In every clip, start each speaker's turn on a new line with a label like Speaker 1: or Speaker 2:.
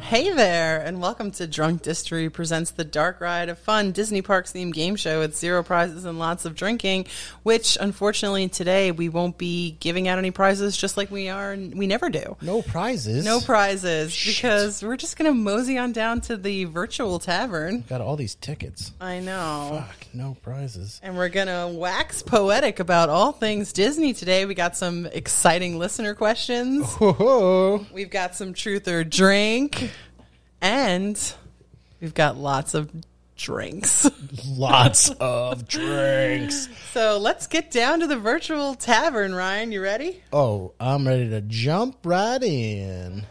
Speaker 1: Hey there, and welcome to Drunk Distory presents the Dark Ride of Fun Disney Parks themed game show with zero prizes and lots of drinking. Which, unfortunately, today we won't be giving out any prizes, just like we are we never do.
Speaker 2: No prizes.
Speaker 1: No prizes because we're just gonna mosey on down to the virtual tavern.
Speaker 2: Got all these tickets.
Speaker 1: I know.
Speaker 2: Fuck, no prizes.
Speaker 1: And we're going to wax poetic about all things Disney today. We got some exciting listener questions.
Speaker 2: Whoa.
Speaker 1: We've got some truth or drink. And we've got lots of drinks.
Speaker 2: Lots of drinks.
Speaker 1: So let's get down to the virtual tavern, Ryan. You ready?
Speaker 2: Oh, I'm ready to jump right in.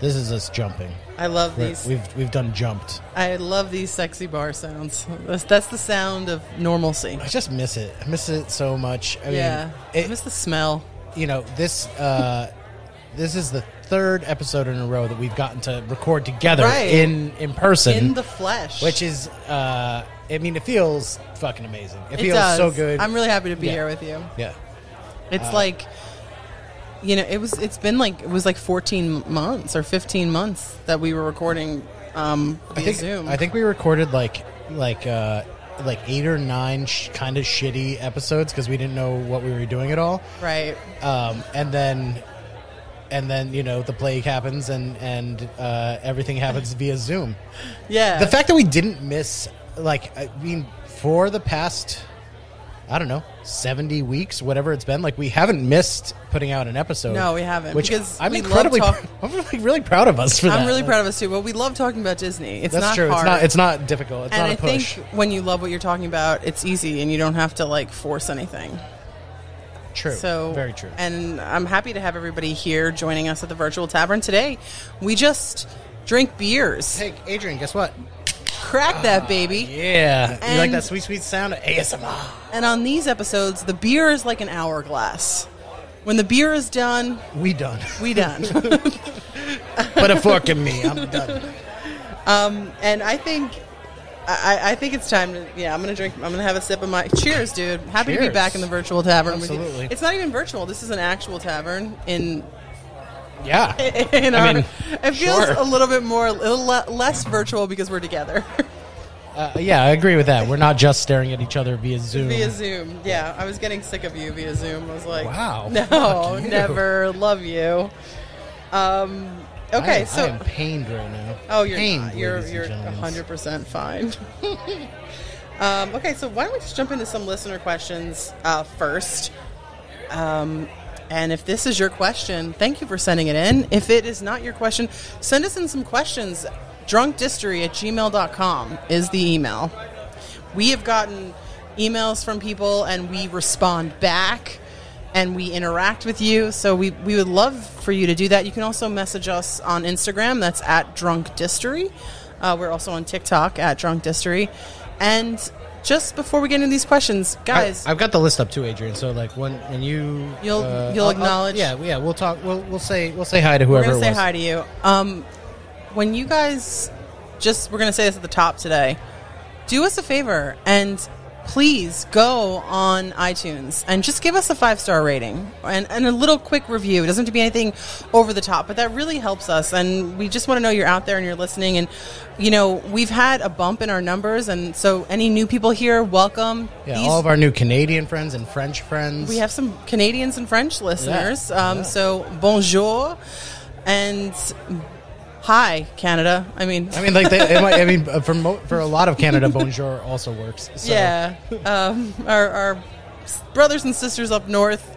Speaker 2: This is us jumping.
Speaker 1: I love
Speaker 2: We're-
Speaker 1: these.
Speaker 2: We've we've done jumped.
Speaker 1: I love these sexy bar sounds. That's, that's the sound of normalcy.
Speaker 2: I just miss it. I miss it so much. I
Speaker 1: Yeah.
Speaker 2: mean,
Speaker 1: I
Speaker 2: it,
Speaker 1: miss the smell.
Speaker 2: you know this uh, this is the third episode in a row that we've gotten to record together
Speaker 1: Right.
Speaker 2: in in person
Speaker 1: In the flesh.
Speaker 2: Mm-hmm. which is uh i mean it feels fucking amazing
Speaker 1: It
Speaker 2: it, feels
Speaker 1: does.
Speaker 2: so good
Speaker 1: I'm really happy to be
Speaker 2: Yeah. Uh,
Speaker 1: here with you.
Speaker 2: yeah
Speaker 1: It's like you know, it was it's been like it was like 14 months or 15 months that we were recording um
Speaker 2: i
Speaker 1: via
Speaker 2: think
Speaker 1: Zoom.
Speaker 2: i think we recorded like like uh like eight or nine sh- kind of shitty episodes because we didn't know what we were doing at all
Speaker 1: right.
Speaker 2: um and then and then you know the plague happens and and uh everything happens via zoom
Speaker 1: Yeah.
Speaker 2: the fact that we didn't miss like i mean for the past i don't know 70 weeks whatever it's been like we haven't missed putting out an episode
Speaker 1: No, we haven't,
Speaker 2: which
Speaker 1: because
Speaker 2: i'm
Speaker 1: we love
Speaker 2: incredibly
Speaker 1: talk-
Speaker 2: i'm really, really proud of us for that
Speaker 1: I'm really
Speaker 2: Like,
Speaker 1: proud of us too. Well, we love talking about Disney. It's
Speaker 2: that's
Speaker 1: not
Speaker 2: true
Speaker 1: hard.
Speaker 2: it's not it's not difficult it's
Speaker 1: and
Speaker 2: not
Speaker 1: I
Speaker 2: a push
Speaker 1: think when you love what you're talking about, it's easy and you don't have to like force anything.
Speaker 2: true
Speaker 1: So
Speaker 2: very true
Speaker 1: And I'm happy to have everybody here joining us at the virtual tavern today. We just drink beers.
Speaker 2: hey adrian guess what
Speaker 1: Crack that baby.
Speaker 2: yeah you like
Speaker 1: And-
Speaker 2: that sweet sweet sound of asmr
Speaker 1: And on these episodes, the beer is like an hourglass. When the beer is done,
Speaker 2: we done
Speaker 1: we done.
Speaker 2: but a fork in me i'm done
Speaker 1: and I think, I, I think it's time to. Yeah, I'm gonna drink. I'm gonna have a sip of my. Cheers, dude. Happy to be
Speaker 2: Cheers.
Speaker 1: back in the virtual tavern. With
Speaker 2: Absolutely.
Speaker 1: you. It's not even virtual. This is an actual tavern in
Speaker 2: yeah
Speaker 1: in
Speaker 2: I
Speaker 1: our.
Speaker 2: mean,
Speaker 1: it feels
Speaker 2: sure.
Speaker 1: a little bit more, a little le- less virtual because we're together
Speaker 2: uh, yeah i agree with that we're not just staring at each other via zoom
Speaker 1: via Zoom. Yeah, I was getting sick of you via Zoom. I was like,
Speaker 2: Wow.
Speaker 1: no,
Speaker 2: Fuck you.
Speaker 1: never, love you. Um. Okay,
Speaker 2: I am,
Speaker 1: so
Speaker 2: I am pained right now.
Speaker 1: Oh, you're
Speaker 2: pained,
Speaker 1: not. You're
Speaker 2: ladies and
Speaker 1: you're
Speaker 2: gentlemen.
Speaker 1: 100 percent fine. um, okay, so why don't we just jump into some listener questions uh, first? Um, and if this is your question, thank you for sending it in. If it is not your question, send us in some questions. Drunkdistory at gmail.com is the email. We have gotten emails from people and we respond back and we interact with you. So we, we would love for you to do that. You can also message us on Instagram. That's at Drunk Distory. Uh, we're also on TikTok at Drunk Distory. And just before we get into these questions, guys,
Speaker 2: I, have got the list up too, Adrian. So like when when you uh,
Speaker 1: You'll- you'll acknowledge-
Speaker 2: yeah, yeah. We'll talk. We'll we'll say we'll say hi to
Speaker 1: we're
Speaker 2: whoever.
Speaker 1: going to
Speaker 2: it
Speaker 1: say
Speaker 2: was.
Speaker 1: hi to you. Um, when you guys just, we're going to say this at the top today. Do us a favor and please go on iTunes and just give us a five star rating and, and a little quick review. It doesn't have to be anything over the top, but that really helps us. And we just want to know you're out there and you're listening. And, you know, we've had a bump in our numbers. And so, any new people here, welcome.
Speaker 2: Yeah,
Speaker 1: These-
Speaker 2: all of our new Canadian friends and French friends.
Speaker 1: we have some Canadians and French listeners. Um,
Speaker 2: yeah.
Speaker 1: So bonjour and hi, Canada. I mean,
Speaker 2: I mean, like they, it might, I mean, uh, for mo- for a lot of Canada, bonjour also works. So.
Speaker 1: yeah, um, our, our s- brothers and sisters up north.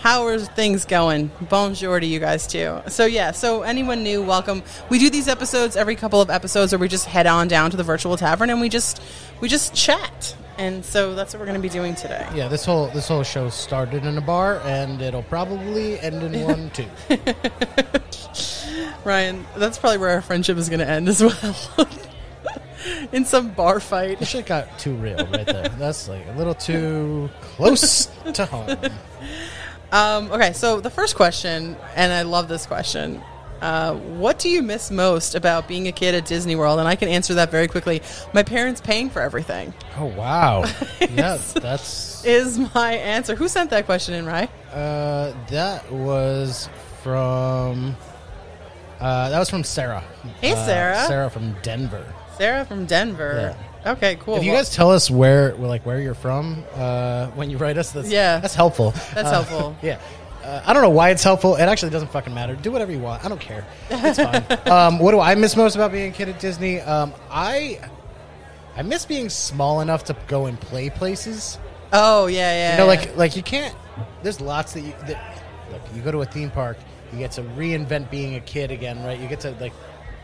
Speaker 1: How are things going? Bonjour to you guys too. So yeah, so anyone new, welcome. We do these episodes every couple of episodes, where we just head on down to the virtual tavern and we just we just chat. And so that's what we're going to be doing today.
Speaker 2: Yeah, this whole this whole show started in a bar, and it'll probably end in one too.
Speaker 1: Ryan, that's probably where our friendship is going to end as well. In some bar
Speaker 2: That
Speaker 1: fight.
Speaker 2: shit got too real right there. That's like a little too close to home.
Speaker 1: Um, okay, so the first question, and I love this question. Uh, what do you miss most about being a kid at Disney World? And I can answer that very quickly. My parents paying for everything
Speaker 2: Oh wow! Yeah, that's
Speaker 1: is my answer. Who sent that question in, Ryan?
Speaker 2: Uh, that was from. Uh, that was from Sarah.
Speaker 1: Hey,
Speaker 2: Uh,
Speaker 1: Sarah.
Speaker 2: Sarah from Denver.
Speaker 1: Sarah from Denver. Okay, cool.
Speaker 2: If you
Speaker 1: Well,
Speaker 2: guys tell us where, well, like where you're from, uh, when you write us, that's
Speaker 1: Yeah.
Speaker 2: that's helpful.
Speaker 1: That's
Speaker 2: Uh,
Speaker 1: helpful.
Speaker 2: Yeah, uh, I don't know why it's helpful. It actually doesn't fucking matter. Do whatever you want. I don't care. It's fine. um, what do I miss most about being a kid at Disney? Um, I I miss being small enough to go and play places.
Speaker 1: oh yeah, yeah.
Speaker 2: You know,
Speaker 1: yeah.
Speaker 2: like like you can't. There's lots that you that, look. You go to a theme park, you get to reinvent being a kid again, right? You get to like,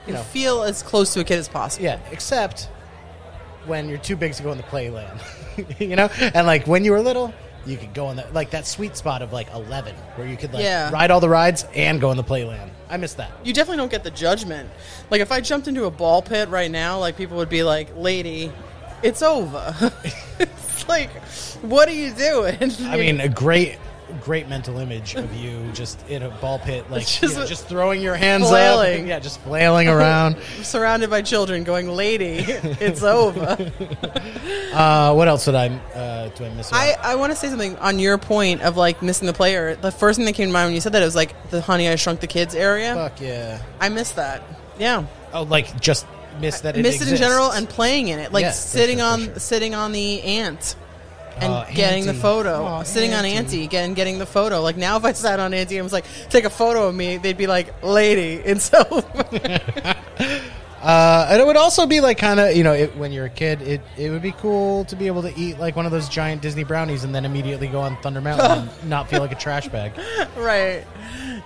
Speaker 2: you
Speaker 1: you
Speaker 2: know,
Speaker 1: feel as close to a kid as possible.
Speaker 2: yeah, except when you're too big to go in the playland, you know. And like when you were little, you could go in the like that sweet spot of like eleven, where you could like
Speaker 1: Yeah.
Speaker 2: ride all the rides and go in the playland. I miss that.
Speaker 1: You definitely don't get the judgment. Like if I jumped into a ball pit right now, like people would be like, "Lady, it's over." it's like, what are you doing?
Speaker 2: I mean, a great. Great mental image of you just in a ball pit, like
Speaker 1: Just
Speaker 2: you know, just throwing your hands
Speaker 1: flailing.
Speaker 2: up, yeah, just flailing around.
Speaker 1: surrounded by children, going, "Lady, it's over."
Speaker 2: Uh, what else did I uh, do? I miss. about
Speaker 1: I, I want to say something on your point of like missing the player. The first thing that came to mind when you said that it was like the Honey I Shrunk the Kids area.
Speaker 2: Fuck yeah!
Speaker 1: I miss that. Yeah,
Speaker 2: Oh, like just miss that.
Speaker 1: miss it in
Speaker 2: exists.
Speaker 1: general and playing in it, like
Speaker 2: Yeah, for
Speaker 1: sitting
Speaker 2: sure, for
Speaker 1: on
Speaker 2: sure.
Speaker 1: sitting on the ant and
Speaker 2: Oh,
Speaker 1: getting the
Speaker 2: Auntie.
Speaker 1: photo,
Speaker 2: Oh,
Speaker 1: sitting
Speaker 2: Auntie.
Speaker 1: on Auntie again, getting the photo. Like now, if I sat on Auntie and was like, "Take a photo of me," they'd be like, "Lady," and so
Speaker 2: Uh, and it would also be like kind of you know it, when you're a kid, it it would be cool to be able to eat like one of those giant Disney brownies and then immediately go on Thunder Mountain and not feel like a trash bag.
Speaker 1: right,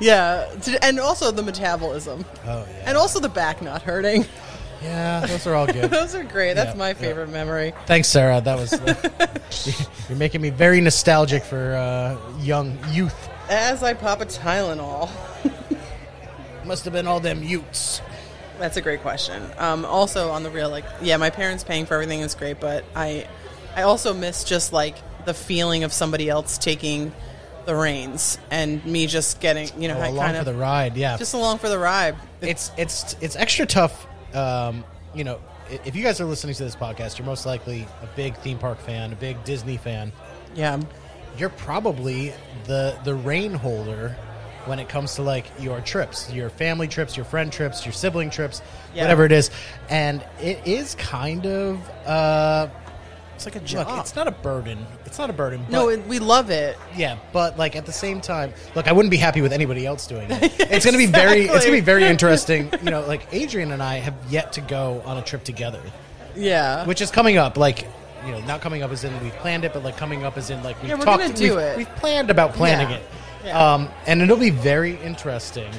Speaker 1: yeah, To- and also the metabolism,
Speaker 2: Oh yeah,
Speaker 1: and also the back not hurting.
Speaker 2: yeah, those are all good.
Speaker 1: Those are great. That's
Speaker 2: Yeah,
Speaker 1: my
Speaker 2: yeah.
Speaker 1: favorite memory.
Speaker 2: Thanks, Sarah. That was uh, you're making me very nostalgic for uh, young youth.
Speaker 1: As I pop a Tylenol.
Speaker 2: Must have been all them Utes.
Speaker 1: That's a great question. Um, also, on the real, like, yeah, my parents paying for everything is great, but I, I also miss just like the feeling of somebody else taking the reins and me just getting, you know,
Speaker 2: Oh,
Speaker 1: I
Speaker 2: along
Speaker 1: kind
Speaker 2: for
Speaker 1: of
Speaker 2: the ride, yeah.
Speaker 1: just along for the ride.
Speaker 2: it's it's it's extra tough. Um, you know, i- if you guys are listening to this podcast, you're most likely a big theme park fan, a big Disney fan.
Speaker 1: yeah,
Speaker 2: You're probably the the rein holder when it comes to like your trips, your family trips, your friend trips, your sibling trips,
Speaker 1: Yeah.
Speaker 2: whatever it is. And it is kind of uh,
Speaker 1: it's like a job.
Speaker 2: look, it's not a burden. It's not a burden. But
Speaker 1: no, it, we love it.
Speaker 2: yeah, but like at the same time, look, I wouldn't be happy with anybody else doing it. It's going to be very, it's going to
Speaker 1: Exactly.
Speaker 2: be very interesting. You know, like Adrian and I have yet to go on a trip together,
Speaker 1: Yeah,
Speaker 2: which is coming up. Like, you know, not coming up as in we've planned it, but like coming up as in like we've
Speaker 1: Yeah, we're
Speaker 2: talked.
Speaker 1: gonna do
Speaker 2: we've,
Speaker 1: it.
Speaker 2: We've planned about planning
Speaker 1: Yeah.
Speaker 2: it,
Speaker 1: Yeah.
Speaker 2: Um, and it'll be very interesting.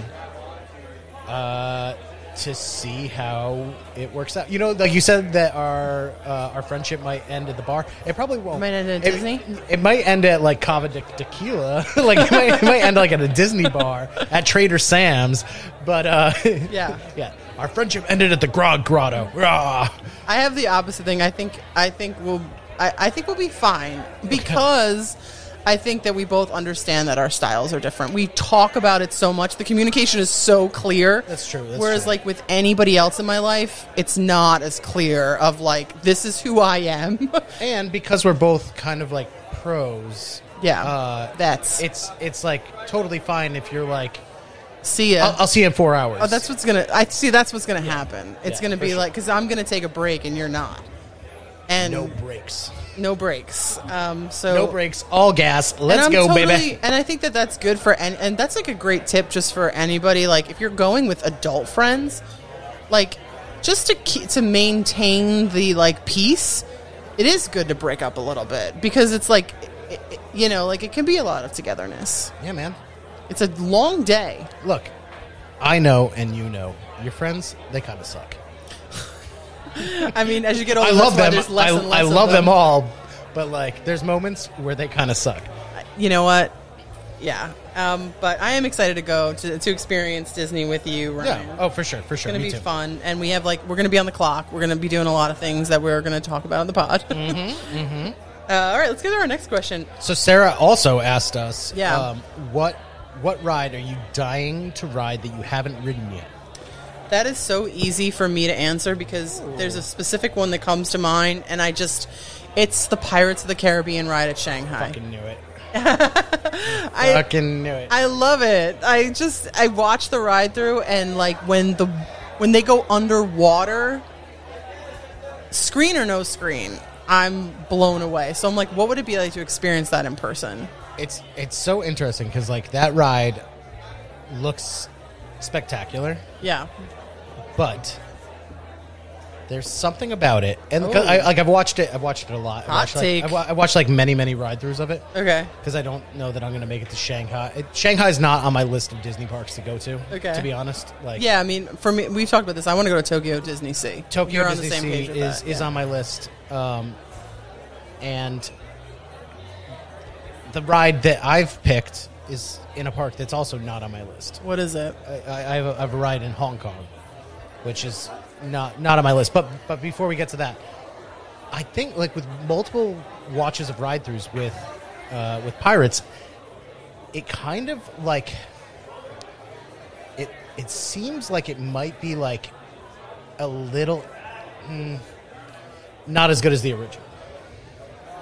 Speaker 2: Uh, to see how it works out, you know, like you said that our uh, our friendship might end at the bar. It probably won't.
Speaker 1: Might end at
Speaker 2: It-
Speaker 1: Disney?
Speaker 2: it might end at like Cava de Tequila, like it might, it might end like at a Disney bar at Trader Sam's, but uh,
Speaker 1: Yeah.
Speaker 2: yeah. Our friendship ended at the Grog Grotto. Rah!
Speaker 1: I have the opposite thing. I think I think we'll I, I think we'll be fine because I think that we both understand that our styles are different. We talk about it so much. The communication is so clear.
Speaker 2: That's true, that's
Speaker 1: Whereas
Speaker 2: true.
Speaker 1: like with anybody else in my life, it's not as clear of like this is who I am.
Speaker 2: And because we're both kind of like pros,
Speaker 1: yeah.
Speaker 2: uh,
Speaker 1: that's
Speaker 2: it's it's like totally fine if you're like,
Speaker 1: see ya.
Speaker 2: I'll, I'll see you in four hours.
Speaker 1: oh, that's what's gonna. I see. That's what's gonna happen. It's
Speaker 2: uh, Yeah,
Speaker 1: gonna
Speaker 2: for
Speaker 1: be
Speaker 2: sure.
Speaker 1: like because I'm gonna take a break and you're not, and
Speaker 2: no
Speaker 1: no,
Speaker 2: breaks,
Speaker 1: breaks. Um, so
Speaker 2: no breaks, all gas. Let's
Speaker 1: and
Speaker 2: go,
Speaker 1: I'm totally,
Speaker 2: baby.
Speaker 1: And I think that that's good for and and that's like a great tip just for anybody. Like if you're going with adult friends, like just to keep, to maintain the like peace, it is good to break up a little bit because it's like it, it- you know like it can be a lot of togetherness.
Speaker 2: Yeah, man.
Speaker 1: It's a long day.
Speaker 2: Look, I know, and you know, your friends they kind of suck.
Speaker 1: I mean, as you get older,
Speaker 2: I love them.
Speaker 1: There's less
Speaker 2: I,
Speaker 1: and less
Speaker 2: I
Speaker 1: of
Speaker 2: love them.
Speaker 1: them
Speaker 2: all, but like, there's moments where they kind of suck.
Speaker 1: you know what? Yeah. Um, but I am excited to go to, to experience Disney with you, Ryan.
Speaker 2: Yeah. Oh, for sure, for sure.
Speaker 1: It's gonna
Speaker 2: Me
Speaker 1: be
Speaker 2: too.
Speaker 1: fun, and we have like we're gonna be on the clock. We're gonna be doing a lot of things that we're gonna talk about on the pod. Mm-hmm, Uh, all right, let's get to our next question.
Speaker 2: So Sarah also asked us, um,
Speaker 1: Yeah.
Speaker 2: what what ride are you dying to ride that you haven't ridden yet?
Speaker 1: That is so easy for me to answer because there's a specific one that comes to mind, and I just it's the Pirates of the Caribbean ride at Shanghai.
Speaker 2: Fucking knew it.
Speaker 1: I-
Speaker 2: Fucking knew it.
Speaker 1: I love it. I just I watched the ride through and like when the when they go underwater, screen or no screen, I'm blown away. So I'm like, what would it be like to experience that in person?
Speaker 2: it's it's so interesting because like that ride looks spectacular,
Speaker 1: Yeah.
Speaker 2: but there's something about it, and 'cause
Speaker 1: Ooh.
Speaker 2: I, like I've watched it, I've watched it a lot. I've
Speaker 1: Hot
Speaker 2: watched, like-
Speaker 1: take.
Speaker 2: I've wa- I've watched like many many ride throughs of it.
Speaker 1: Okay.
Speaker 2: because I don't know that I'm going to make it to Shanghai. It, Shanghai's not on my list of Disney parks to go to.
Speaker 1: Okay.
Speaker 2: to be honest, like
Speaker 1: Yeah, I mean, for me, we've talked about this. I want to go to Tokyo Disney Sea.
Speaker 2: Tokyo
Speaker 1: You're on
Speaker 2: Disney
Speaker 1: the same
Speaker 2: Sea
Speaker 1: page with
Speaker 2: is
Speaker 1: that.
Speaker 2: is
Speaker 1: yeah.
Speaker 2: on my list, um, and the ride that I've picked is in a park that's also not on my list.
Speaker 1: What is it?
Speaker 2: I, I, I, have a, I have a ride in Hong Kong, which is not not on my list. But but before we get to that, I think like with multiple watches of ride throughs with uh, with pirates, it kind of like it it seems like it might be like a little mm, not as good as the original.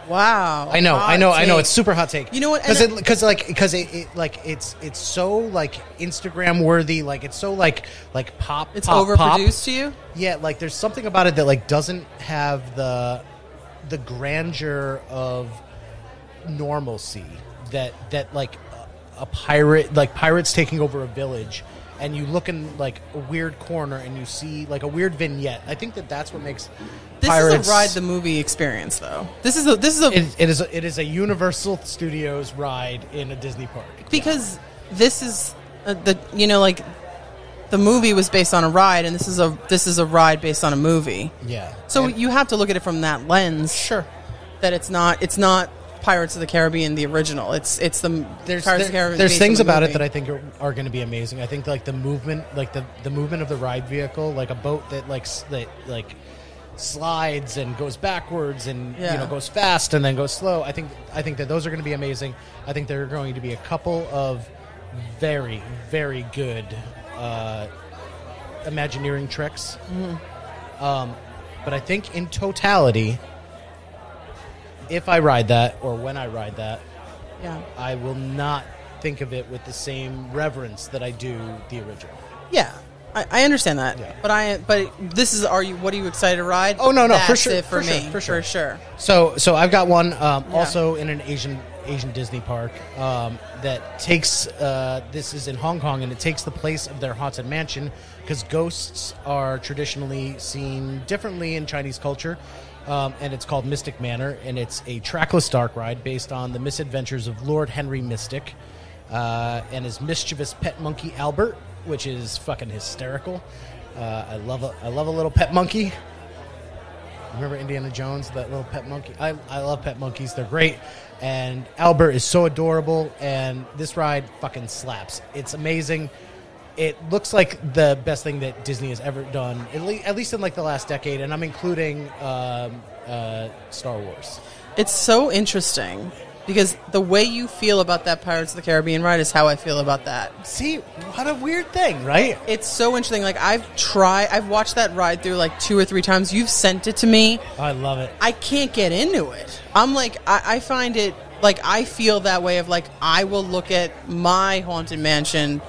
Speaker 1: Wow.
Speaker 2: I know, I
Speaker 1: Hot
Speaker 2: know, I know.
Speaker 1: take.
Speaker 2: It's super hot take.
Speaker 1: You know what, and
Speaker 2: Because
Speaker 1: I-
Speaker 2: because like because it, it like it's it's so like Instagram worthy. Like it's so like like pop.
Speaker 1: It's
Speaker 2: pop, pop.
Speaker 1: overproduced to you.
Speaker 2: Yeah, like there's something about it that like doesn't have the the grandeur of normalcy that that like a, a pirate like pirates taking over a village and you look in like a weird corner and you see like a weird vignette. I think that that's what makes
Speaker 1: This
Speaker 2: pirates
Speaker 1: is a ride the movie experience, though. This is a this is a
Speaker 2: it, it is a, it is a Universal Studios ride in a Disney park.
Speaker 1: because this is uh, the you know like the movie was based on a ride and this is a this is a ride based on a movie
Speaker 2: yeah.
Speaker 1: so
Speaker 2: And-
Speaker 1: you have to look at it from that lens
Speaker 2: sure
Speaker 1: that it's not it's not pirates of the caribbean the original it's it's the pirates
Speaker 2: there's there-
Speaker 1: of the caribbean
Speaker 2: there's
Speaker 1: based on
Speaker 2: things
Speaker 1: the
Speaker 2: about it
Speaker 1: movie.
Speaker 2: that I think are, are going to be amazing. I think like the movement, like the the movement of the ride vehicle, like a boat that like s- that like slides and goes backwards and
Speaker 1: Yeah.
Speaker 2: you know goes fast and then goes slow. I think I think that those are going to be amazing. I think there are going to be a couple of very very good uh, Imagineering tricks. Um, but I think in totality, if I ride that or when I ride that,
Speaker 1: yeah
Speaker 2: I will not think of it with the same reverence that I do the original.
Speaker 1: yeah I, I understand that,
Speaker 2: Yeah.
Speaker 1: but I but this is are you what are you excited to ride?
Speaker 2: Oh, no, no, for
Speaker 1: That's
Speaker 2: sure,
Speaker 1: it for,
Speaker 2: for
Speaker 1: me
Speaker 2: sure, for sure.
Speaker 1: for sure.
Speaker 2: So, so I've got one um,
Speaker 1: Yeah.
Speaker 2: also in an Asian Asian Disney park um, that takes. Uh, this is in Hong Kong, and it takes the place of their haunted mansion because ghosts are traditionally seen differently in Chinese culture. Um, and it's called Mystic Manor, and it's a trackless dark ride based on the misadventures of Lord Henry Mystic uh, and his mischievous pet monkey Albert, which is fucking hysterical. Uh, I love a, I love a little pet monkey. Remember Indiana Jones, that little pet monkey? I, I love pet monkeys. They're great. And Albert is so adorable. And this ride fucking slaps. It's amazing. It looks like the best thing that Disney has ever done, at, le- at least in like the last decade. And I'm including um, uh, Star Wars.
Speaker 1: It's so interesting because the way you feel about that Pirates of the Caribbean ride is how I feel about that.
Speaker 2: See, what a weird thing, right?
Speaker 1: It's so interesting. Like I've tried, I've watched that ride through like two or three times. You've sent it to me.
Speaker 2: I love it.
Speaker 1: I can't get into it. I'm like, I, I find it like I feel that way of like I will look at my haunted mansion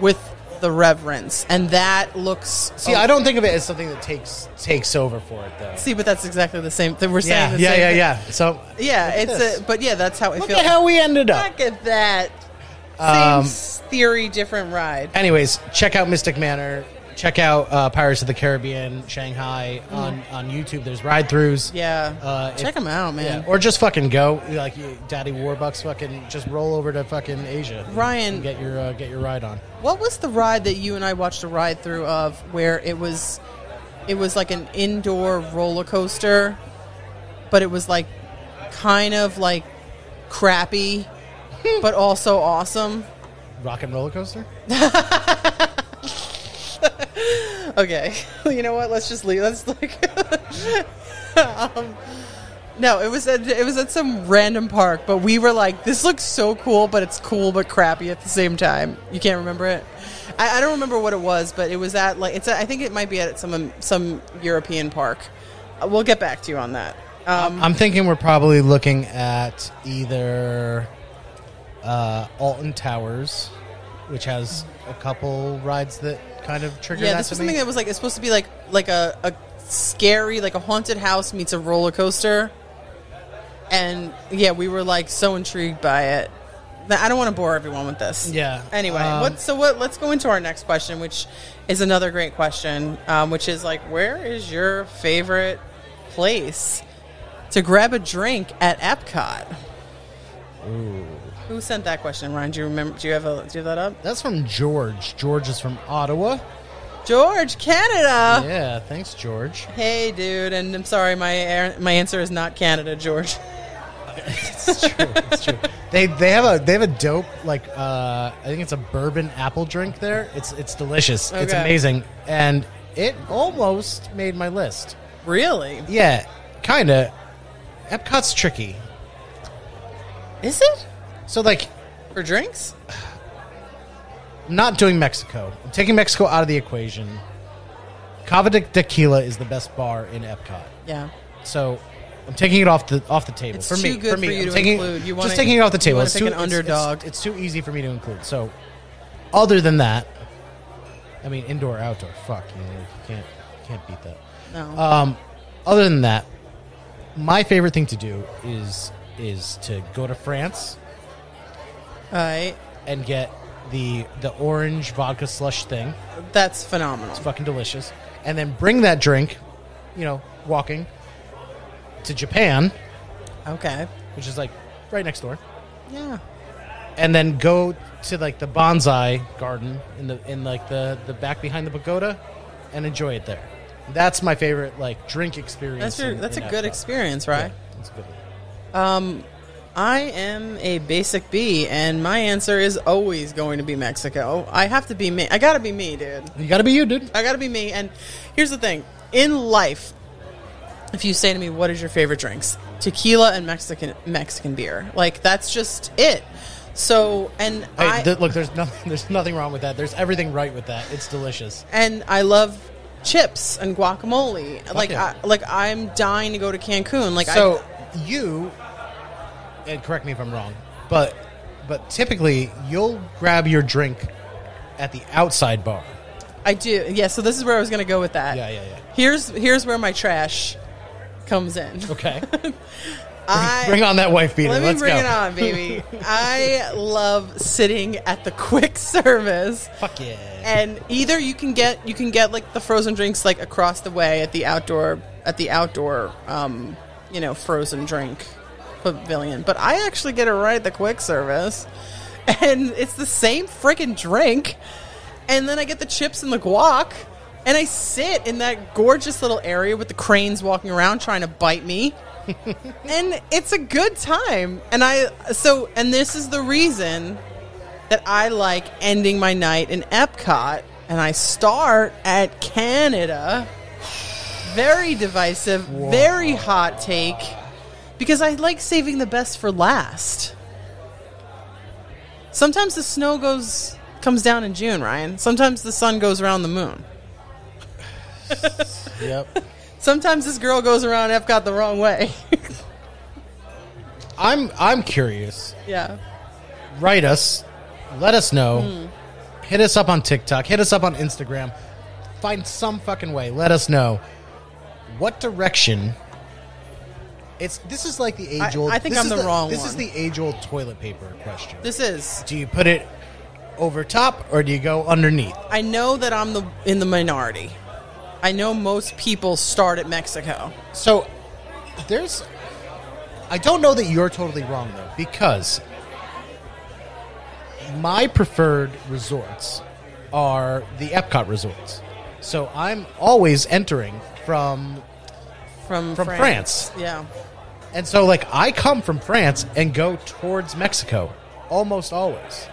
Speaker 1: with the reverence, and that looks.
Speaker 2: See, I don't think of it as something that takes takes over for it, though.
Speaker 1: see, but that's exactly the same. That we're saying.
Speaker 2: yeah,
Speaker 1: the
Speaker 2: yeah,
Speaker 1: same
Speaker 2: yeah,
Speaker 1: thing.
Speaker 2: yeah. So,
Speaker 1: Yeah,
Speaker 2: Look at
Speaker 1: it's
Speaker 2: this.
Speaker 1: a, but yeah, that's how I
Speaker 2: look
Speaker 1: feel.
Speaker 2: at how we ended up.
Speaker 1: Look at that. Same
Speaker 2: Um,
Speaker 1: s- theory, different ride.
Speaker 2: anyways, check out Mystic Manor. Check out uh, Pirates of the Caribbean, Shanghai on, on YouTube. There's ride
Speaker 1: Mm.
Speaker 2: throughs.
Speaker 1: Yeah,
Speaker 2: Uh,
Speaker 1: check
Speaker 2: if-
Speaker 1: them out, man.
Speaker 2: or just fucking go. Like you- Daddy Warbucks, fucking just roll over to fucking Asia. and-
Speaker 1: Ryan-
Speaker 2: and get your uh, get your ride on.
Speaker 1: What was the ride that you and I watched a ride through of where it was it was like an indoor roller coaster but it was like kind of like crappy but also awesome.
Speaker 2: Rock and roller coaster.
Speaker 1: Okay. you know what? Let's just leave. Let's like um, No, it was at, it was at some random park, but we were like, "This looks so cool, but it's cool but crappy at the same time." You can't remember it. I, I don't remember what it was, but it was at like it's. At, I think it might be at some some European park. Uh, We'll get back to you on that. Um,
Speaker 2: I'm thinking we're probably looking at either uh, Alton Towers, which has a couple rides that kind of trigger
Speaker 1: Yeah,
Speaker 2: that
Speaker 1: this
Speaker 2: to
Speaker 1: was
Speaker 2: me.
Speaker 1: something that was like it's supposed to be like like a, a scary like a haunted house meets a roller coaster, and yeah, we were like so intrigued by it. That I don't want to bore everyone with this.
Speaker 2: Yeah,
Speaker 1: Anyway,
Speaker 2: um,
Speaker 1: what so what? Let's go into our next question, which is another great question, um, which is like, where is your favorite place to grab a drink at Epcot? Who sent that question, Ryan? Do you remember? Do you have a, do you have that up?
Speaker 2: That's from George. George is from Ottawa.
Speaker 1: George, Canada.
Speaker 2: yeah, thanks, George.
Speaker 1: Hey, dude, and I'm sorry, my my answer is not Canada, George.
Speaker 2: It's true. It's true. They they have a they have a dope like uh, I think it's a bourbon apple drink there. It's it's delicious. It's
Speaker 1: Okay.
Speaker 2: amazing, and it almost made my list.
Speaker 1: Really?
Speaker 2: Yeah, kind of. Epcot's tricky.
Speaker 1: Is it
Speaker 2: So like,
Speaker 1: for drinks?
Speaker 2: not doing Mexico. I'm taking Mexico out of the equation. Cava de Tequila is the best bar in Epcot.
Speaker 1: Yeah.
Speaker 2: So I'm taking it off the off the table
Speaker 1: It's
Speaker 2: for me.
Speaker 1: too good
Speaker 2: for me,
Speaker 1: for you
Speaker 2: I'm
Speaker 1: to
Speaker 2: taking,
Speaker 1: include. You wanna-
Speaker 2: just taking it off the
Speaker 1: you
Speaker 2: table.
Speaker 1: wanna
Speaker 2: It's
Speaker 1: pick
Speaker 2: too
Speaker 1: an
Speaker 2: it's-
Speaker 1: underdog.
Speaker 2: It's, it's too easy for me to include. So other than that, I mean indoor outdoor. Fuck, you, know, you can't you can't beat that.
Speaker 1: No.
Speaker 2: Um, other than that, my favorite thing to do is is to go to France
Speaker 1: All right.
Speaker 2: and get the the orange vodka slush thing.
Speaker 1: That's phenomenal.
Speaker 2: fucking delicious. And then bring that drink, you know, walking to Japan,
Speaker 1: Okay.
Speaker 2: which is like right next door,
Speaker 1: Yeah.
Speaker 2: and then go to like the bonsai garden in the in like the the back behind the pagoda, and enjoy it there. That's my favorite like drink experience.
Speaker 1: That's your,
Speaker 2: in-
Speaker 1: that's a
Speaker 2: in
Speaker 1: good
Speaker 2: Epcot.
Speaker 1: experience,
Speaker 2: Yeah,
Speaker 1: right?
Speaker 2: that's a good one.
Speaker 1: I am a basic B, and my answer is always going to be Mexico. I have to be me. I gotta be me, dude.
Speaker 2: You gotta be you, dude.
Speaker 1: I gotta be me. And here's the thing: in life, if you say to me, "What is your favorite drinks?" Tequila and Mexican Mexican beer. Like that's just it. So and
Speaker 2: Hey,
Speaker 1: I
Speaker 2: th- look, there's nothing. There's nothing wrong with that. There's everything right with that. It's delicious.
Speaker 1: and I love chips and guacamole. like
Speaker 2: yeah.
Speaker 1: I, like I'm dying to go to Cancun. Like
Speaker 2: So you, and correct me if I'm wrong, but but typically you'll grab your drink at the outside bar.
Speaker 1: I, I do. Yeah. So this is where I was gonna go with that.
Speaker 2: Yeah, yeah, yeah.
Speaker 1: Here's here's where my trash comes in.
Speaker 2: Okay,
Speaker 1: I,
Speaker 2: bring on that wife beater.
Speaker 1: Let me
Speaker 2: Let's
Speaker 1: bring
Speaker 2: go.
Speaker 1: it on, baby. I love sitting at the quick service.
Speaker 2: Fuck yeah.
Speaker 1: and either you can get you can get like the frozen drinks like across the way at the outdoor at the outdoor um, you know frozen drink pavilion but i actually get it right at the quick service and it's the same freaking drink and then i get the chips and the guac and i sit in that gorgeous little area with the cranes walking around trying to bite me and it's a good time and i so and this is the reason that I like ending my night in Epcot, and I start at Canada. Very divisive, very hot take, because I like saving the best for last. Sometimes the snow goes comes down in June, Ryan. Sometimes the sun goes around the moon.
Speaker 2: Yep.
Speaker 1: Sometimes this girl goes around Epcot the wrong way.
Speaker 2: I'm I'm curious.
Speaker 1: yeah.
Speaker 2: Write us. Let us know.
Speaker 1: Hmm.
Speaker 2: Hit us up on TikTok. Hit us up on Instagram. Find some fucking way. Let us know what direction. It's this is like the
Speaker 1: I-
Speaker 2: age old.
Speaker 1: I think
Speaker 2: this
Speaker 1: I'm
Speaker 2: is
Speaker 1: the wrong
Speaker 2: This is
Speaker 1: one.
Speaker 2: the age old toilet paper question.
Speaker 1: This is
Speaker 2: Do you put it over top or do you go underneath?
Speaker 1: I know that I'm the in the minority. I know most people start at Mexico.
Speaker 2: So there's I don't know that you're totally wrong though because my preferred resorts are the Epcot resorts. So I'm always entering from
Speaker 1: from
Speaker 2: From France.
Speaker 1: Yeah,
Speaker 2: and so like I come from France and go towards Mexico almost always.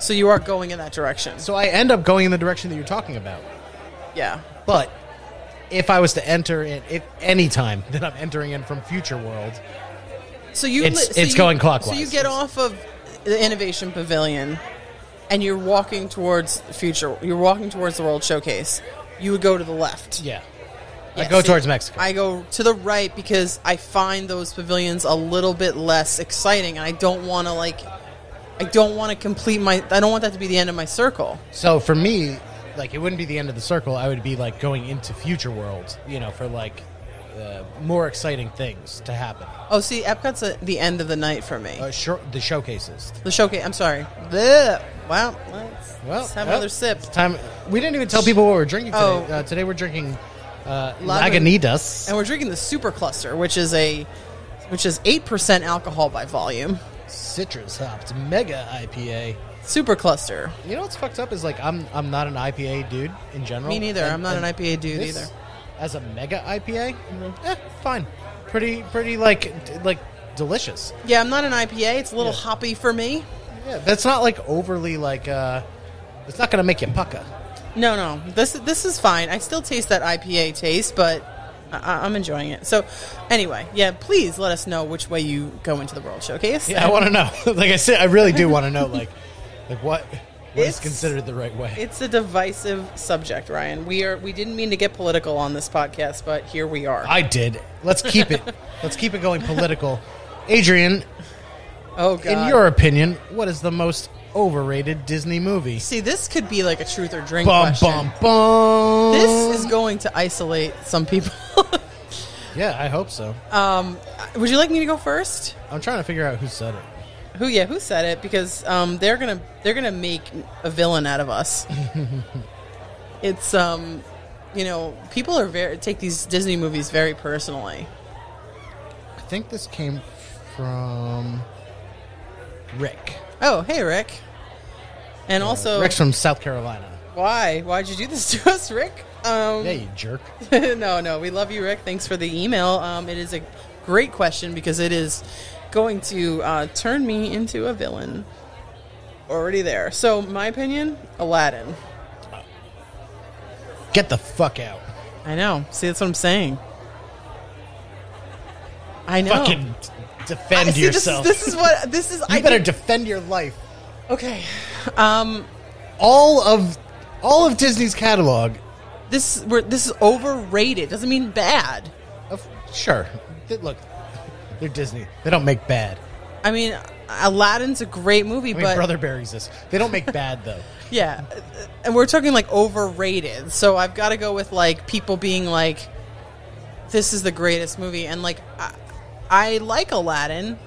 Speaker 1: so you are going in that direction.
Speaker 2: So I end up going in the direction that you're talking about.
Speaker 1: yeah,
Speaker 2: But if I was to enter in if any time that I'm entering in from Future World,
Speaker 1: so you
Speaker 2: It's-
Speaker 1: li- so
Speaker 2: it's
Speaker 1: you-
Speaker 2: going clockwise.
Speaker 1: So you get off of the Innovation Pavilion, and you're walking towards the future. You're walking towards the World Showcase. You would go to the left.
Speaker 2: yeah. I
Speaker 1: Yeah,
Speaker 2: go
Speaker 1: see,
Speaker 2: towards Mexico.
Speaker 1: I go to the right because I find those pavilions a little bit less exciting, and I don't want to like I don't want to complete my. I don't want that to be the end of my circle.
Speaker 2: So for me, like it wouldn't be the end of the circle. I would be like going into future worlds, you know, for like uh, more exciting things to happen.
Speaker 1: Oh, see, Epcot's a, the end of the night for me.
Speaker 2: Uh, sure, the showcases.
Speaker 1: The showcase. I'm sorry. The wow. Let's,
Speaker 2: Well,
Speaker 1: let's have
Speaker 2: well,
Speaker 1: another sip.
Speaker 2: It's time. We didn't even tell people what we're drinking today.
Speaker 1: Oh.
Speaker 2: Uh, today we're drinking uh,
Speaker 1: Lagun-
Speaker 2: Lagunitas.
Speaker 1: And we're drinking the Super Cluster, which is a, which is eight percent alcohol by volume.
Speaker 2: citrus hopped mega IPA.
Speaker 1: Super Cluster.
Speaker 2: You know what's fucked up is like I'm I'm not an IPA dude in general.
Speaker 1: Me neither. I'm not an IPA dude
Speaker 2: this,
Speaker 1: either.
Speaker 2: As a mega IPA, eh, fine, pretty pretty like d- like delicious.
Speaker 1: Yeah, I'm not an IPA. It's a little
Speaker 2: Yeah.
Speaker 1: hoppy for me.
Speaker 2: Yeah, that's not like overly like uh, it's not gonna make you pucka.
Speaker 1: No, no. This this is fine. I still taste that IPA taste, but I- I, I'm enjoying it. So, anyway, yeah. Please let us know which way you go into the World Showcase.
Speaker 2: Yeah, I want to know. like I said, I really do want to know. Like like what what is
Speaker 1: It's-
Speaker 2: considered the right way?
Speaker 1: It's a divisive subject, Ryan. We are we didn't mean to get political on this podcast, but here we are.
Speaker 2: I did. Let's keep it. Let's keep it going political. Adrian,
Speaker 1: oh god.
Speaker 2: in your opinion, what is the most overrated Disney movie?
Speaker 1: See, this could be like a truth or drink
Speaker 2: Bum
Speaker 1: question.
Speaker 2: bum bum.
Speaker 1: This is going to isolate some people.
Speaker 2: yeah. I hope so.
Speaker 1: um, would you like me to go first?
Speaker 2: I'm trying to figure out who said it.
Speaker 1: Who? Yeah, who said it? Because um, they're gonna they're gonna make a villain out of us. it's um, you know, people are very take these Disney movies very personally.
Speaker 2: I think this came from Rick.
Speaker 1: Oh, hey, Rick. And also,
Speaker 2: Rick's from South Carolina.
Speaker 1: why why'd you do this to us, Rick? Um,
Speaker 2: Yeah, you jerk.
Speaker 1: no, no, we love you, Rick. Thanks for the email. Um, it is a great question because it is going to uh, turn me into a villain. Already there. So, my opinion, Aladdin.
Speaker 2: Get the fuck out.
Speaker 1: I know. See, that's what I'm saying. I know.
Speaker 2: Fucking d-
Speaker 1: I- see,
Speaker 2: defend
Speaker 1: this is-
Speaker 2: yourself.
Speaker 1: This is, what this is.
Speaker 2: you
Speaker 1: I
Speaker 2: better
Speaker 1: did-
Speaker 2: defend your life.
Speaker 1: okay. Um,
Speaker 2: All of all of Disney's catalog.
Speaker 1: this we're, this is overrated. Doesn't mean bad.
Speaker 2: Of, sure. Th- Look, they're Disney. They don't make bad.
Speaker 1: I mean, Aladdin's a great movie,
Speaker 2: I mean,
Speaker 1: but
Speaker 2: Brother Barry's this. They don't make bad though.
Speaker 1: Yeah, and we're talking like overrated. So I've got to go with like people being like, "This is the greatest movie," and like I, I like Aladdin,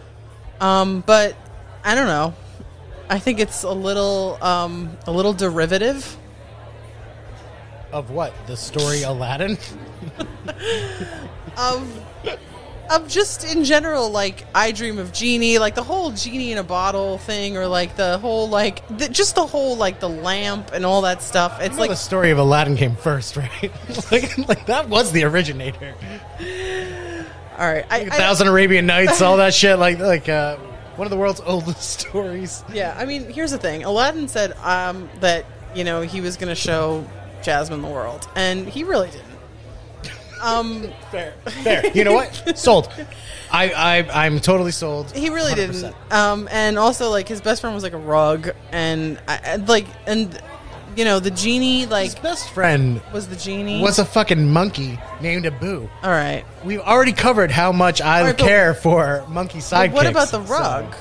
Speaker 1: um, but I don't know. I think it's a little um, a little derivative.
Speaker 2: Of what? The story Aladdin.
Speaker 1: of of just in general like i dream of genie like the whole genie in a bottle thing or like the whole like the, just the whole like the lamp and all that stuff it's
Speaker 2: You know
Speaker 1: like
Speaker 2: the story of Aladdin came first, right? like, like that was the originator.
Speaker 1: all right I, I,
Speaker 2: Thousand Arabian Nights, all that shit. Like like uh, one of the world's oldest stories.
Speaker 1: yeah i mean here's the thing aladdin said um, that you know he was going to show jasmine the world and he really didn't um fair
Speaker 2: There. You know what? sold. I, I I'm totally sold.
Speaker 1: he really
Speaker 2: 100%.
Speaker 1: didn't um and also like his best friend was like a rug and I, I- like and you know the genie like
Speaker 2: His best friend
Speaker 1: was the genie
Speaker 2: was a fucking monkey named Abu.
Speaker 1: All right.
Speaker 2: We've already covered how much I
Speaker 1: All right, but-
Speaker 2: care for monkey sidekicks.
Speaker 1: But what about the
Speaker 2: so-
Speaker 1: rug?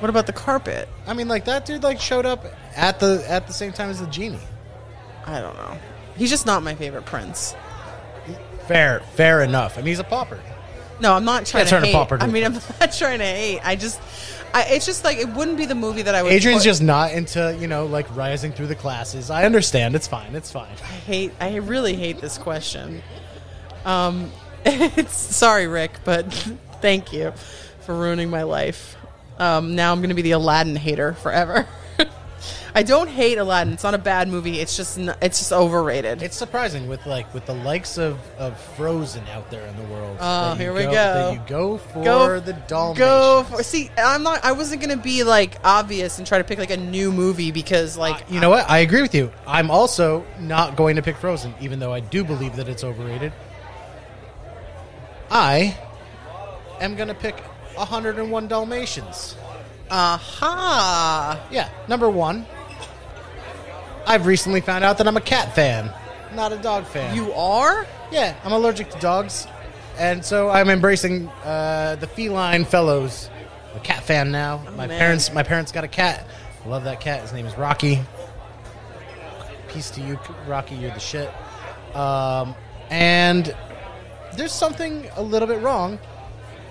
Speaker 1: What about the carpet?
Speaker 2: I mean, like that dude like showed up at the at the same time as the genie.
Speaker 1: I don't know. He's just not my favorite prince.
Speaker 2: Fair, fair enough. I mean, he's a pauper.
Speaker 1: No, I'm not trying to
Speaker 2: turn a
Speaker 1: hate.
Speaker 2: pauper to
Speaker 1: I
Speaker 2: a
Speaker 1: mean, I'm not trying to hate. I just, I, it's just like it wouldn't be the movie that I would.
Speaker 2: Adrian's
Speaker 1: put-
Speaker 2: just not into you know like rising through the classes. I understand. It's fine. It's fine.
Speaker 1: I hate. I really hate this question. Um, it's sorry, Rick, but thank you for ruining my life. Um, now I'm going to be the Aladdin hater forever. I don't hate Aladdin. It's not a bad movie. It's just n it's just overrated.
Speaker 2: It's surprising with like with the likes of, of Frozen out there in the world.
Speaker 1: Oh,
Speaker 2: that you
Speaker 1: here we
Speaker 2: That
Speaker 1: go.
Speaker 2: you go for the Dalmatians.
Speaker 1: Go for see. I'm not. I wasn't gonna be like obvious and try to pick like a new movie because like
Speaker 2: You know what? I agree with you. I'm also not going to pick Frozen, even though I do believe that it's overrated. I am going to pick 101 Dalmatians.
Speaker 1: aha.
Speaker 2: Yeah, number one. I've recently found out that I'm a cat fan, not a dog fan.
Speaker 1: You are.
Speaker 2: yeah, I'm allergic to dogs, and so I'm embracing uh, the feline fellows a cat fan now. my
Speaker 1: man.
Speaker 2: parents, my parents got a cat. I love that cat. His name is Rocky. Peace to you, Rocky. You're the shit. Um, and there's something a little bit wrong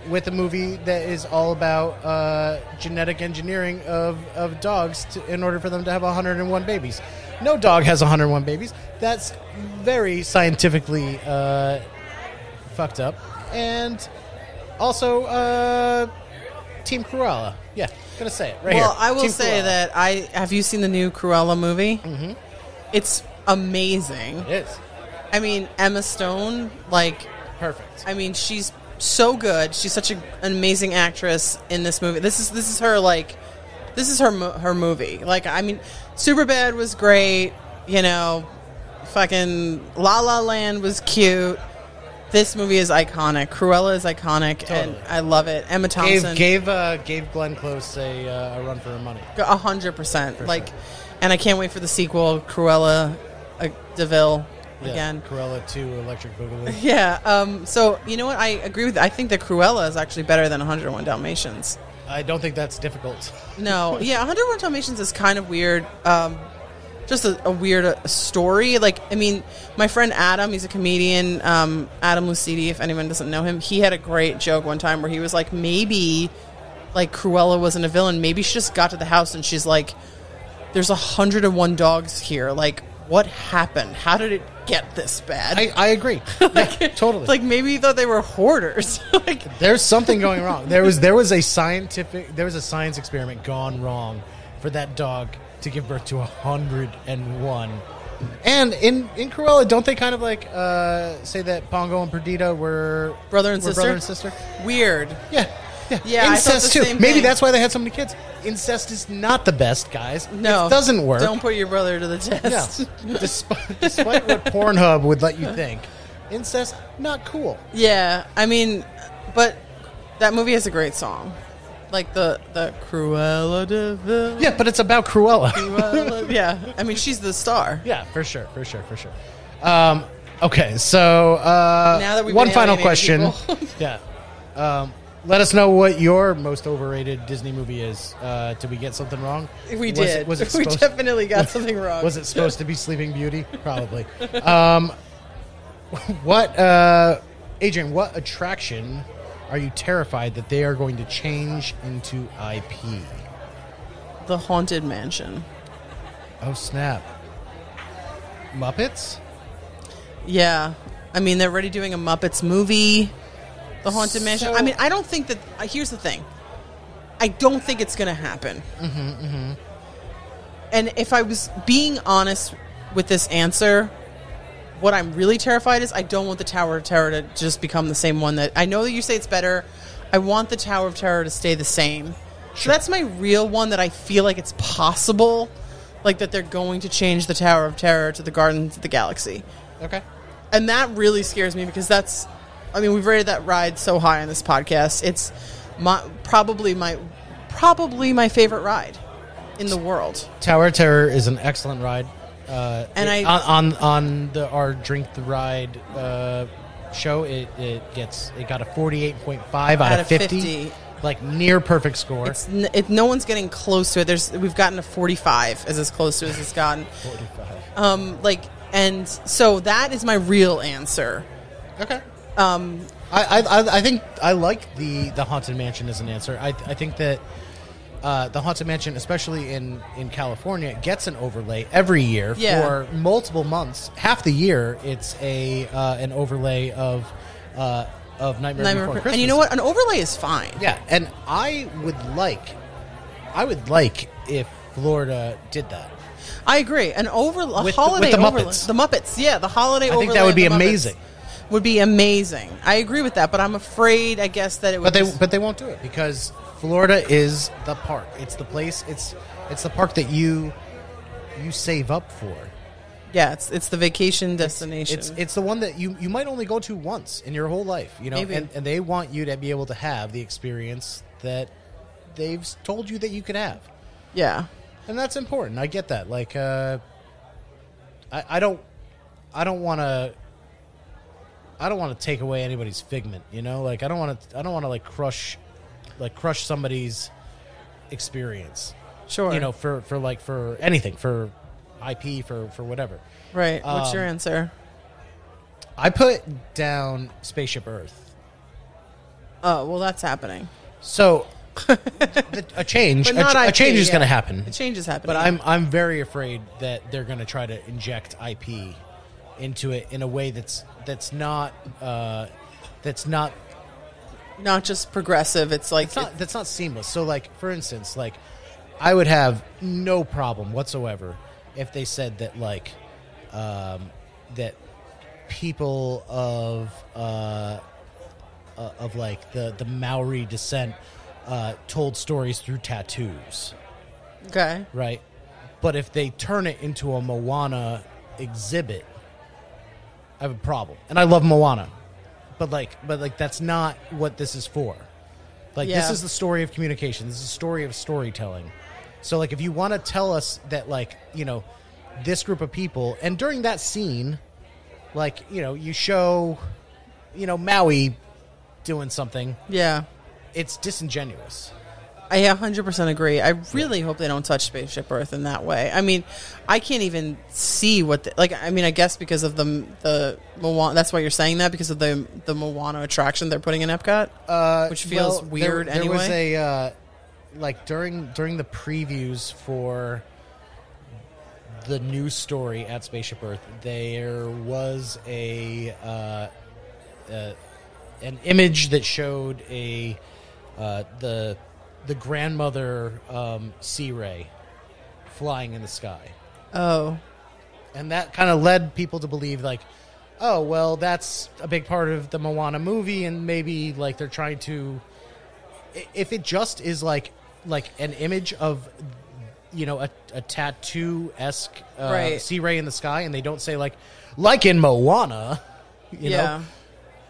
Speaker 2: with a movie that is all about uh, genetic engineering of, of dogs to, in order for them to have 101 babies. No dog has 101 babies. That's very scientifically uh, fucked up. And also, uh, Team Cruella. Yeah, gonna say it right here.
Speaker 1: well, I will
Speaker 2: Team
Speaker 1: say
Speaker 2: Cruella.
Speaker 1: that I have you seen the new Cruella movie? Mm-hmm. It's amazing.
Speaker 2: it is
Speaker 1: I mean, Emma Stone, like,
Speaker 2: perfect.
Speaker 1: I mean, she's so good. She's such a, an amazing actress in this movie. This is this is her like, this is her mo- her movie. Like, I mean, Superbad was great. You know, fucking La La Land was cute. This movie is iconic. Cruella is iconic, and
Speaker 2: Totally.
Speaker 1: I love it. Emma Thompson
Speaker 2: Gave gave uh, gave Glenn Close a, uh, a run for her money.
Speaker 1: a hundred percent. Like, and I can't wait for the sequel, Cruella uh, Deville
Speaker 2: Yeah,
Speaker 1: again.
Speaker 2: Cruella two Electric Boogaloo.
Speaker 1: Yeah. Um, so you know what? I agree with. I think that Cruella is actually better than 101 Dalmatians.
Speaker 2: I don't think that's difficult.
Speaker 1: No. yeah, 101 Dalmatians is kind of weird. Um, just a, a weird uh, story. Like, I mean, my friend Adam, he's a comedian. Um, Adam Lucidi, if anyone doesn't know him, he had a great joke one time where he was like, maybe, like Cruella wasn't a villain. Maybe she just got to the house and she's like, "There's 101 dogs here. Like, what happened? How did it get this bad?"
Speaker 2: I, I agree. Yeah, totally.
Speaker 1: like maybe he thought they were hoarders. like
Speaker 2: there's something going wrong. There was there was a scientific there was a science experiment gone wrong for that dog to give birth to hundred and one. And in in Cruella, don't they kind of like uh, say that Bongo and Perdita were
Speaker 1: brother and
Speaker 2: were
Speaker 1: sister.
Speaker 2: Brother and sister.
Speaker 1: Weird.
Speaker 2: Yeah. Yeah,
Speaker 1: Yeah, I thought
Speaker 2: incest
Speaker 1: the
Speaker 2: too.
Speaker 1: same
Speaker 2: Maybe
Speaker 1: thing.
Speaker 2: that's why they had so many kids. Incest is not the best, guys.
Speaker 1: No,
Speaker 2: it doesn't work.
Speaker 1: Don't put your brother to the
Speaker 2: Yeah.
Speaker 1: test.
Speaker 2: despite, despite what Pornhub would let you think, incest not cool.
Speaker 1: Yeah, I mean, but that movie has a great song, like the the Cruella de Vil.
Speaker 2: Yeah, but it's about Cruella.
Speaker 1: Cruella- yeah. I mean, she's the star.
Speaker 2: Yeah, for sure, for sure, for sure. Um, okay, so uh,
Speaker 1: Now that we've
Speaker 2: one
Speaker 1: been
Speaker 2: final
Speaker 1: alienating
Speaker 2: question.
Speaker 1: people.
Speaker 2: yeah, um, let us know what your most overrated Disney movie is. Uh, did we get something wrong?
Speaker 1: We
Speaker 2: Was it-
Speaker 1: did.
Speaker 2: Was it
Speaker 1: we
Speaker 2: supposed,
Speaker 1: definitely got something wrong.
Speaker 2: was it supposed to be Sleeping Beauty? Probably. um, what, uh, Adrian? What attraction are you terrified that they are going to change into IP?
Speaker 1: the Haunted Mansion?
Speaker 2: Oh snap! Muppets.
Speaker 1: Yeah, I mean, they're already doing a Muppets movie, the Haunted Mansion.
Speaker 2: So-
Speaker 1: I mean, I don't think that. uh, Here's the thing, I don't think it's going to happen. Mm-hmm, mm-hmm. And if I was being honest with this answer, what I'm really terrified is I don't want the Tower of Terror to just become the same one that I know that you say it's better. I want the Tower of Terror to stay the same. So that's my real one that I feel like it's possible, like that they're going to change the Tower of Terror to the Gardens of the Galaxy
Speaker 2: Okay.
Speaker 1: and that really scares me because that's i mean we've rated that ride so high on this podcast it's my probably my probably my favorite ride in the world
Speaker 2: Tower of Terror is an excellent ride. Uh,
Speaker 1: And
Speaker 2: it-
Speaker 1: I-
Speaker 2: on on, on the our Drink the Ride uh, show, it, it gets it got a forty eight point five out,
Speaker 1: Out
Speaker 2: of
Speaker 1: of
Speaker 2: 50,
Speaker 1: 50.
Speaker 2: like near perfect score.
Speaker 1: it's n- it, no one's getting close to it there's we've gotten a 45 as as close to as it's gotten
Speaker 2: 45.
Speaker 1: um like and so that is my real answer
Speaker 2: Okay.
Speaker 1: um
Speaker 2: I, I I- I think I like the the haunted mansion as an answer. I I think that. Uh, the haunted mansion, especially in, in California, gets an overlay every year
Speaker 1: Yeah.
Speaker 2: for multiple months. Half the year, it's a uh, an overlay of uh, of Nightmare,
Speaker 1: Nightmare
Speaker 2: Before
Speaker 1: Before-
Speaker 2: Christmas.
Speaker 1: and you know what an overlay is fine
Speaker 2: Yeah, and I would like, I would like if Florida did that.
Speaker 1: I agree. An over a
Speaker 2: With the-
Speaker 1: holiday
Speaker 2: with the
Speaker 1: overlay-
Speaker 2: Muppets.
Speaker 1: the Muppets, yeah, the holiday.
Speaker 2: think
Speaker 1: overlay
Speaker 2: that would
Speaker 1: of
Speaker 2: be
Speaker 1: the Muppets
Speaker 2: amazing.
Speaker 1: Would be amazing. I agree with that, but I'm afraid, I guess, that it would.
Speaker 2: But they
Speaker 1: just-
Speaker 2: but they won't do it because Florida is the park. It's the place. It's it's the park that you you save up for.
Speaker 1: yeah, it's it's the vacation destination.
Speaker 2: It's it's the one that you you might only go to once in your whole life, you know.
Speaker 1: Maybe.
Speaker 2: And and they want you to be able to have the experience that they've told you that you could have.
Speaker 1: yeah,
Speaker 2: and that's important. I get that. Like, uh, I, I don't, I don't want to, I don't want to take away anybody's figment. You know, like I don't want to, I don't want to like crush like crush somebody's experience.
Speaker 1: Sure.
Speaker 2: You know, for for like for anything, for IP, for for whatever.
Speaker 1: Right. What's your
Speaker 2: um,
Speaker 1: answer?
Speaker 2: I put down Spaceship Earth.
Speaker 1: Oh, well, that's happening.
Speaker 2: So the, a change, a,
Speaker 1: But not
Speaker 2: ch- a
Speaker 1: IP,
Speaker 2: change is
Speaker 1: yeah.
Speaker 2: going to happen.
Speaker 1: A change is happening.
Speaker 2: But I'm I'm very afraid that they're going to try to inject IP into it in a way that's that's not uh, that's not
Speaker 1: not just progressive. It's like
Speaker 2: it's not that's not seamless. So like for instance, like I would have no problem whatsoever if they said that like um, that people of uh, uh, of like the the Maori descent uh, told stories through tattoos
Speaker 1: okay.
Speaker 2: right? But if they turn it into a Moana exhibit, I have a problem. And I love Moana, but like, but like, that's not what this is for. Like, this
Speaker 1: Yeah.
Speaker 2: is the story of communication. This is the story of storytelling. So, like, if you want to tell us that, like, you know, this group of people, and during that scene, like, you know, you show, you know, Maui doing something,
Speaker 1: Yeah.
Speaker 2: it's disingenuous.
Speaker 1: I 100% agree. I really hope they don't touch Spaceship Earth in that way. I mean, I can't even see what the, like. I mean, I guess because of the the Moana. That's why you're saying that because of the the Moana attraction they're putting in Epcot,
Speaker 2: uh,
Speaker 1: which feels
Speaker 2: well, there-
Speaker 1: weird
Speaker 2: There,
Speaker 1: anyway.
Speaker 2: was a uh, like during during the previews for the news story at Spaceship Earth. There was a uh, uh, an image that showed a uh, the the grandmother um, Sea Ray flying in the sky
Speaker 1: oh,
Speaker 2: and that kind of led people to believe like oh well that's a big part of the moana movie and maybe like they're trying to i- if it just is like like an image of you know a, a tattoo-esque uh,
Speaker 1: Right.
Speaker 2: sea ray in the sky and they don't say like like in moana you
Speaker 1: yeah.
Speaker 2: know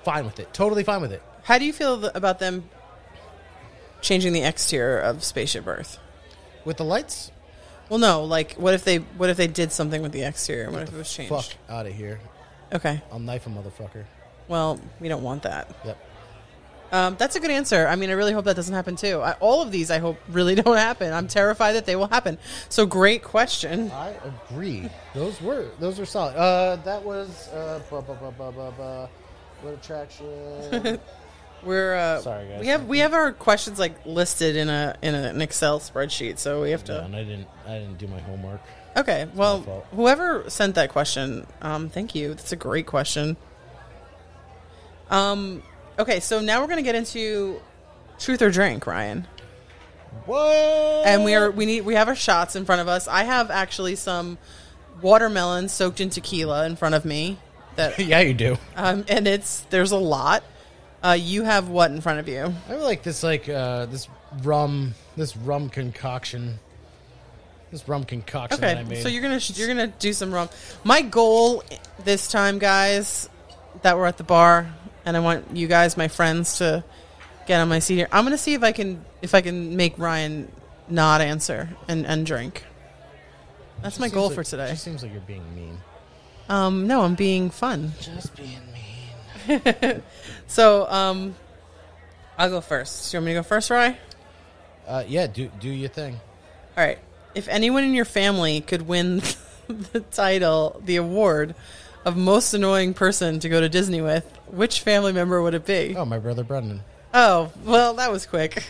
Speaker 2: fine with it totally fine with it
Speaker 1: How do you feel th- about them changing the exterior of Spaceship Earth?
Speaker 2: with the lights
Speaker 1: Well, no. Like, what if they what if they did something with the exterior? What if it was changed?
Speaker 2: fuck out of here
Speaker 1: Okay.
Speaker 2: i'll knife a motherfucker
Speaker 1: Well, we don't want that.
Speaker 2: yep
Speaker 1: Um, that's a good answer. I mean, I really hope that doesn't happen too. I, all of these, I hope, really don't happen. I'm terrified that they will happen. So, great question.
Speaker 2: I agree. Those were those are solid. Uh, that was uh, bu- bu- bu- bu- bu- bu- what attraction?
Speaker 1: We're uh,
Speaker 2: Sorry, guys.
Speaker 1: We have we have our questions like listed in a in a- an Excel spreadsheet, so we have to.
Speaker 2: and I didn't. I didn't do my homework.
Speaker 1: Okay,
Speaker 2: my fault.
Speaker 1: well, whoever sent that question, um, thank you. That's a great question. Um, okay, so now we're gonna get into truth or drink, Ryan.
Speaker 2: What?
Speaker 1: and we are we need we have our shots in front of us. I have actually some watermelon soaked in tequila in front of me that
Speaker 2: yeah, you do.
Speaker 1: um, and it's there's a lot. Uh, you have what in front of you?
Speaker 2: I have like this like uh, this rum this rum concoction. This rum concoction that I
Speaker 1: Okay,
Speaker 2: made.
Speaker 1: so you're gonna sh- you're gonna do some rum. My goal this time, guys, that we're at the bar, and I want you guys, my friends, to get on my seat here. I'm gonna see if I can if I can make Ryan not answer and and drink. That's
Speaker 2: Just
Speaker 1: my
Speaker 2: seems
Speaker 1: goal
Speaker 2: like-
Speaker 1: for today.
Speaker 2: Just seems like you're being mean.
Speaker 1: Um, no, I'm being fun.
Speaker 2: Just being mean.
Speaker 1: So, um, I'll go first. You want me to go first, Rye? All
Speaker 2: Uh, yeah, do do your thing.
Speaker 1: right. If anyone in your family could win the title, the award of most annoying person to go to Disney with, which family member would it be? Oh,
Speaker 2: Oh, my brother Brendan.
Speaker 1: well, that was quick.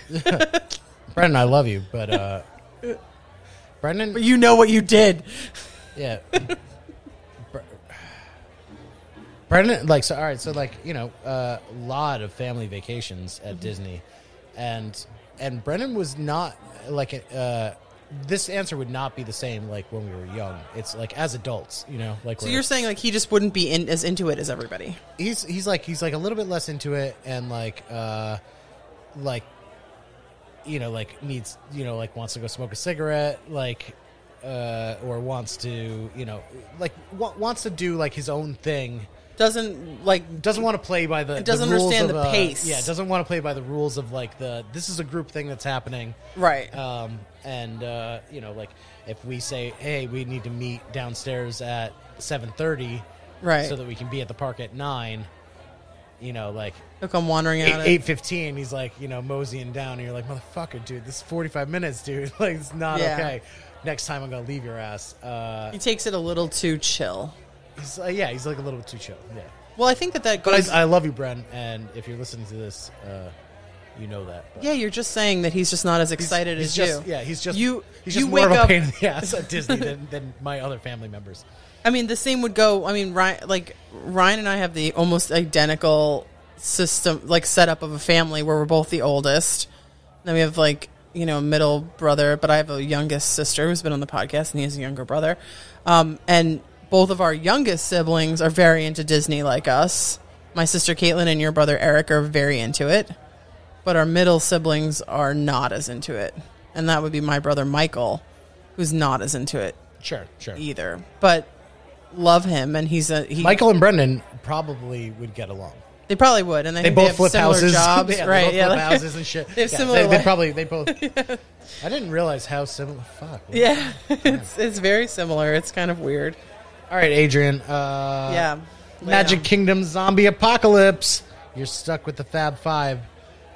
Speaker 2: Brendan, I love you, but uh, Brendan.
Speaker 1: But you know what you did.
Speaker 2: Yeah. Bre- Brendan, like, so, all right, so, like, you know, a lot of family vacations
Speaker 1: Mm-hmm.
Speaker 2: at Disney. And, and Brendan was not, like, uh, this answer would not be the same, like, when we were young. It's, like, as adults, you know, like,
Speaker 1: So
Speaker 2: we're-
Speaker 1: you're saying like he just wouldn't be in, as into it as everybody.
Speaker 2: he's, he's, like, he's, like, a little bit less into it and, like, uh, like, you know, like, needs, you know, like, wants to go smoke a cigarette, like, uh, or wants to, you know, like, wa- wants to do, like, his own thing.
Speaker 1: Doesn't like
Speaker 2: doesn't want to play by the.
Speaker 1: doesn't
Speaker 2: the rules
Speaker 1: understand
Speaker 2: of,
Speaker 1: the
Speaker 2: uh,
Speaker 1: pace.
Speaker 2: yeah, doesn't want to play by the rules of like the this is a group thing that's happening,
Speaker 1: right.
Speaker 2: um, and uh, you know like if we say hey we need to meet downstairs at seven thirty,
Speaker 1: Right.
Speaker 2: so that we can be at the park at nine. you know, like
Speaker 1: He'll come wandering out.
Speaker 2: eight fifteen. He's like, you know, moseying down, and you're like, motherfucker, dude, this is forty five minutes, dude. Like, it's not
Speaker 1: Yeah.
Speaker 2: okay. Next time, I'm gonna leave your ass. Uh,
Speaker 1: he takes it a little too chill.
Speaker 2: he's, uh, yeah, he's like a little bit too chill. Yeah,
Speaker 1: Well, I think that that
Speaker 2: but
Speaker 1: goes.
Speaker 2: I, I love you, Bren, and if you're listening to this, uh, you know that. But
Speaker 1: yeah, you're just saying that he's just not as excited
Speaker 2: he's
Speaker 1: as
Speaker 2: just,
Speaker 1: you.
Speaker 2: Yeah, he's just
Speaker 1: you.
Speaker 2: He's just
Speaker 1: you
Speaker 2: more of
Speaker 1: wake
Speaker 2: a
Speaker 1: up.
Speaker 2: pain in the ass at Disney than, than my other family members.
Speaker 1: I mean, the same would go. I mean, Ryan, like Ryan and I have the almost identical system, like setup of a family where we're both the oldest. Then we have like you know middle brother, but I have a youngest sister who's been on the podcast, and he has a younger brother. Um, and both of our youngest siblings are very into Disney, like us. My sister Caitlin and your brother Eric are very into it, but our middle siblings are not as into it, and that would be my brother Michael, who's not as into it
Speaker 2: Sure, sure.
Speaker 1: either, but love him, and he's a he.
Speaker 2: Michael and Brendan probably would get along.
Speaker 1: they probably would, and I
Speaker 2: They
Speaker 1: think
Speaker 2: both
Speaker 1: have
Speaker 2: flip
Speaker 1: similar
Speaker 2: houses,
Speaker 1: jobs,
Speaker 2: yeah,
Speaker 1: right?
Speaker 2: They both
Speaker 1: yeah,
Speaker 2: flip
Speaker 1: like-
Speaker 2: houses and shit.
Speaker 1: They have
Speaker 2: Yeah,
Speaker 1: similar.
Speaker 2: They,
Speaker 1: li-
Speaker 2: they probably they both. I didn't realize how similar. Fuck.
Speaker 1: yeah, it's it's very similar. It's kind of weird.
Speaker 2: All right, Adrian. Uh,
Speaker 1: yeah, lay
Speaker 2: Magic
Speaker 1: down.
Speaker 2: Kingdom zombie apocalypse. You're stuck with the Fab Five.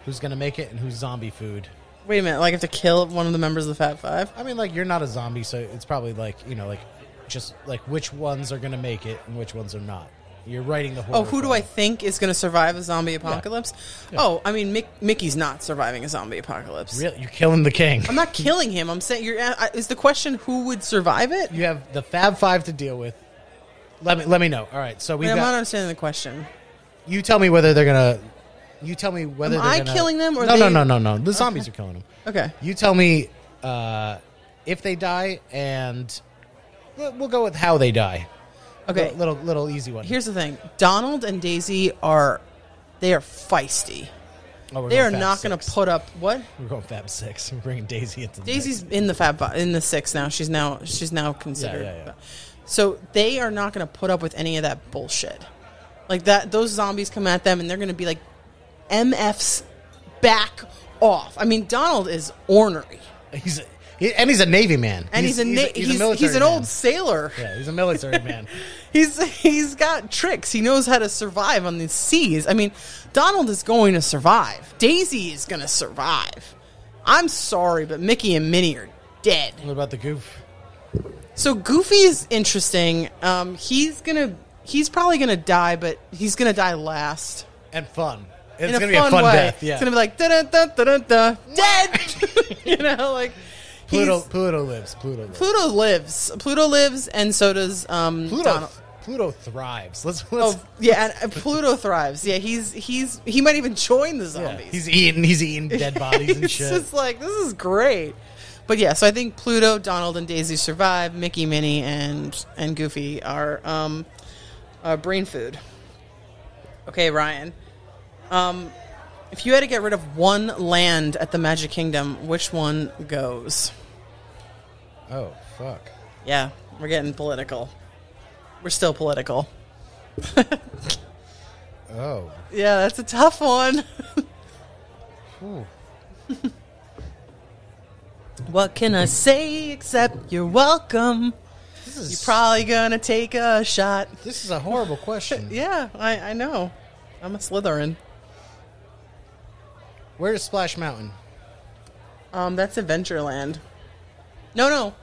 Speaker 2: Who's gonna make it and who's zombie food?
Speaker 1: um, Wait a minute, like I have to kill one of the members of the Fat Five.
Speaker 2: I mean, like you're not a zombie, so it's probably like you know, like just like which ones are gonna make it and which ones are not. You're writing the
Speaker 1: Oh,
Speaker 2: horror.
Speaker 1: who do
Speaker 2: film.
Speaker 1: I think is going to survive a zombie apocalypse? Oh, I mean, Mick, Mickey's not surviving a zombie apocalypse.
Speaker 2: Really, you're killing the king.
Speaker 1: I'm not killing him. I'm saying you're. I- Is the question who would survive it?
Speaker 2: You have the Fab Five to deal with. Let me let me know. All right, so we
Speaker 1: I mean, I'm not
Speaker 2: got.
Speaker 1: understanding the question.
Speaker 2: you tell me whether they're gonna. You tell me whether
Speaker 1: Am
Speaker 2: they're
Speaker 1: I
Speaker 2: gonna-
Speaker 1: killing them or
Speaker 2: no no
Speaker 1: they-
Speaker 2: no no no the zombies are killing them.
Speaker 1: Okay.
Speaker 2: You tell me uh, if they die and we'll we'll go with how they die.
Speaker 1: Okay.
Speaker 2: Little- little little easy one.
Speaker 1: Here's the thing: Donald and Daisy are they are feisty.
Speaker 2: Oh, we're
Speaker 1: They
Speaker 2: going
Speaker 1: are
Speaker 2: Fab
Speaker 1: not going to
Speaker 2: Six.
Speaker 1: put up what
Speaker 2: We're going Fab Six. We're bringing Daisy into the mix.
Speaker 1: Daisy's in the fab Fi- in the six now. She's now she's now considered.
Speaker 2: yeah, yeah.
Speaker 1: So they are not going to put up with any of that bullshit. Like that, those zombies come at them, and they're going to be like, "MF's back off." I mean, Donald is ornery,
Speaker 2: He's a, he, and he's a Navy man.
Speaker 1: and he's, a na- he's, he's, an
Speaker 2: man.
Speaker 1: old sailor.
Speaker 2: Yeah, he's a military man.
Speaker 1: He's he's got tricks. He knows how to survive on these seas. I mean, Donald is going to survive. Daisy is going to survive. I'm sorry, but Mickey and Minnie are dead.
Speaker 2: What about the goof?
Speaker 1: So Goofy is interesting. Um, he's gonna he's probably gonna die, but he's gonna die last.
Speaker 2: And fun. It's
Speaker 1: in
Speaker 2: gonna be a fun
Speaker 1: way.
Speaker 2: death. Yeah.
Speaker 1: It's gonna be like da da da da da dead. you know, like he's-
Speaker 2: Pluto. Pluto lives. Pluto lives.
Speaker 1: Pluto lives. Pluto lives, and so does um,
Speaker 2: Pluto.
Speaker 1: Donald.
Speaker 2: Pluto thrives. Let's. let's
Speaker 1: Oh yeah, and, and Pluto thrives. Yeah, he's he's he might even join the
Speaker 2: yeah.
Speaker 1: zombies.
Speaker 2: He's eating. He's eating dead bodies and
Speaker 1: It's
Speaker 2: shit.
Speaker 1: just like this is great. But yeah, so I think Pluto, Donald, and Daisy survive. Mickey, Minnie, and and Goofy are um, uh, brain food. Okay, Ryan. Um, if you had to get rid of one land at the Magic Kingdom, which one goes?
Speaker 2: oh fuck.
Speaker 1: Yeah, we're getting political. We're still political.
Speaker 2: Oh.
Speaker 1: Yeah, that's a tough one.
Speaker 2: Ooh.
Speaker 1: What can I say except you're welcome?
Speaker 2: This is.
Speaker 1: You're probably gonna take a shot.
Speaker 2: this is a horrible question.
Speaker 1: Yeah, I, I know. I'm a Slytherin.
Speaker 2: Where's Splash Mountain?
Speaker 1: Um, that's Adventureland. No, no,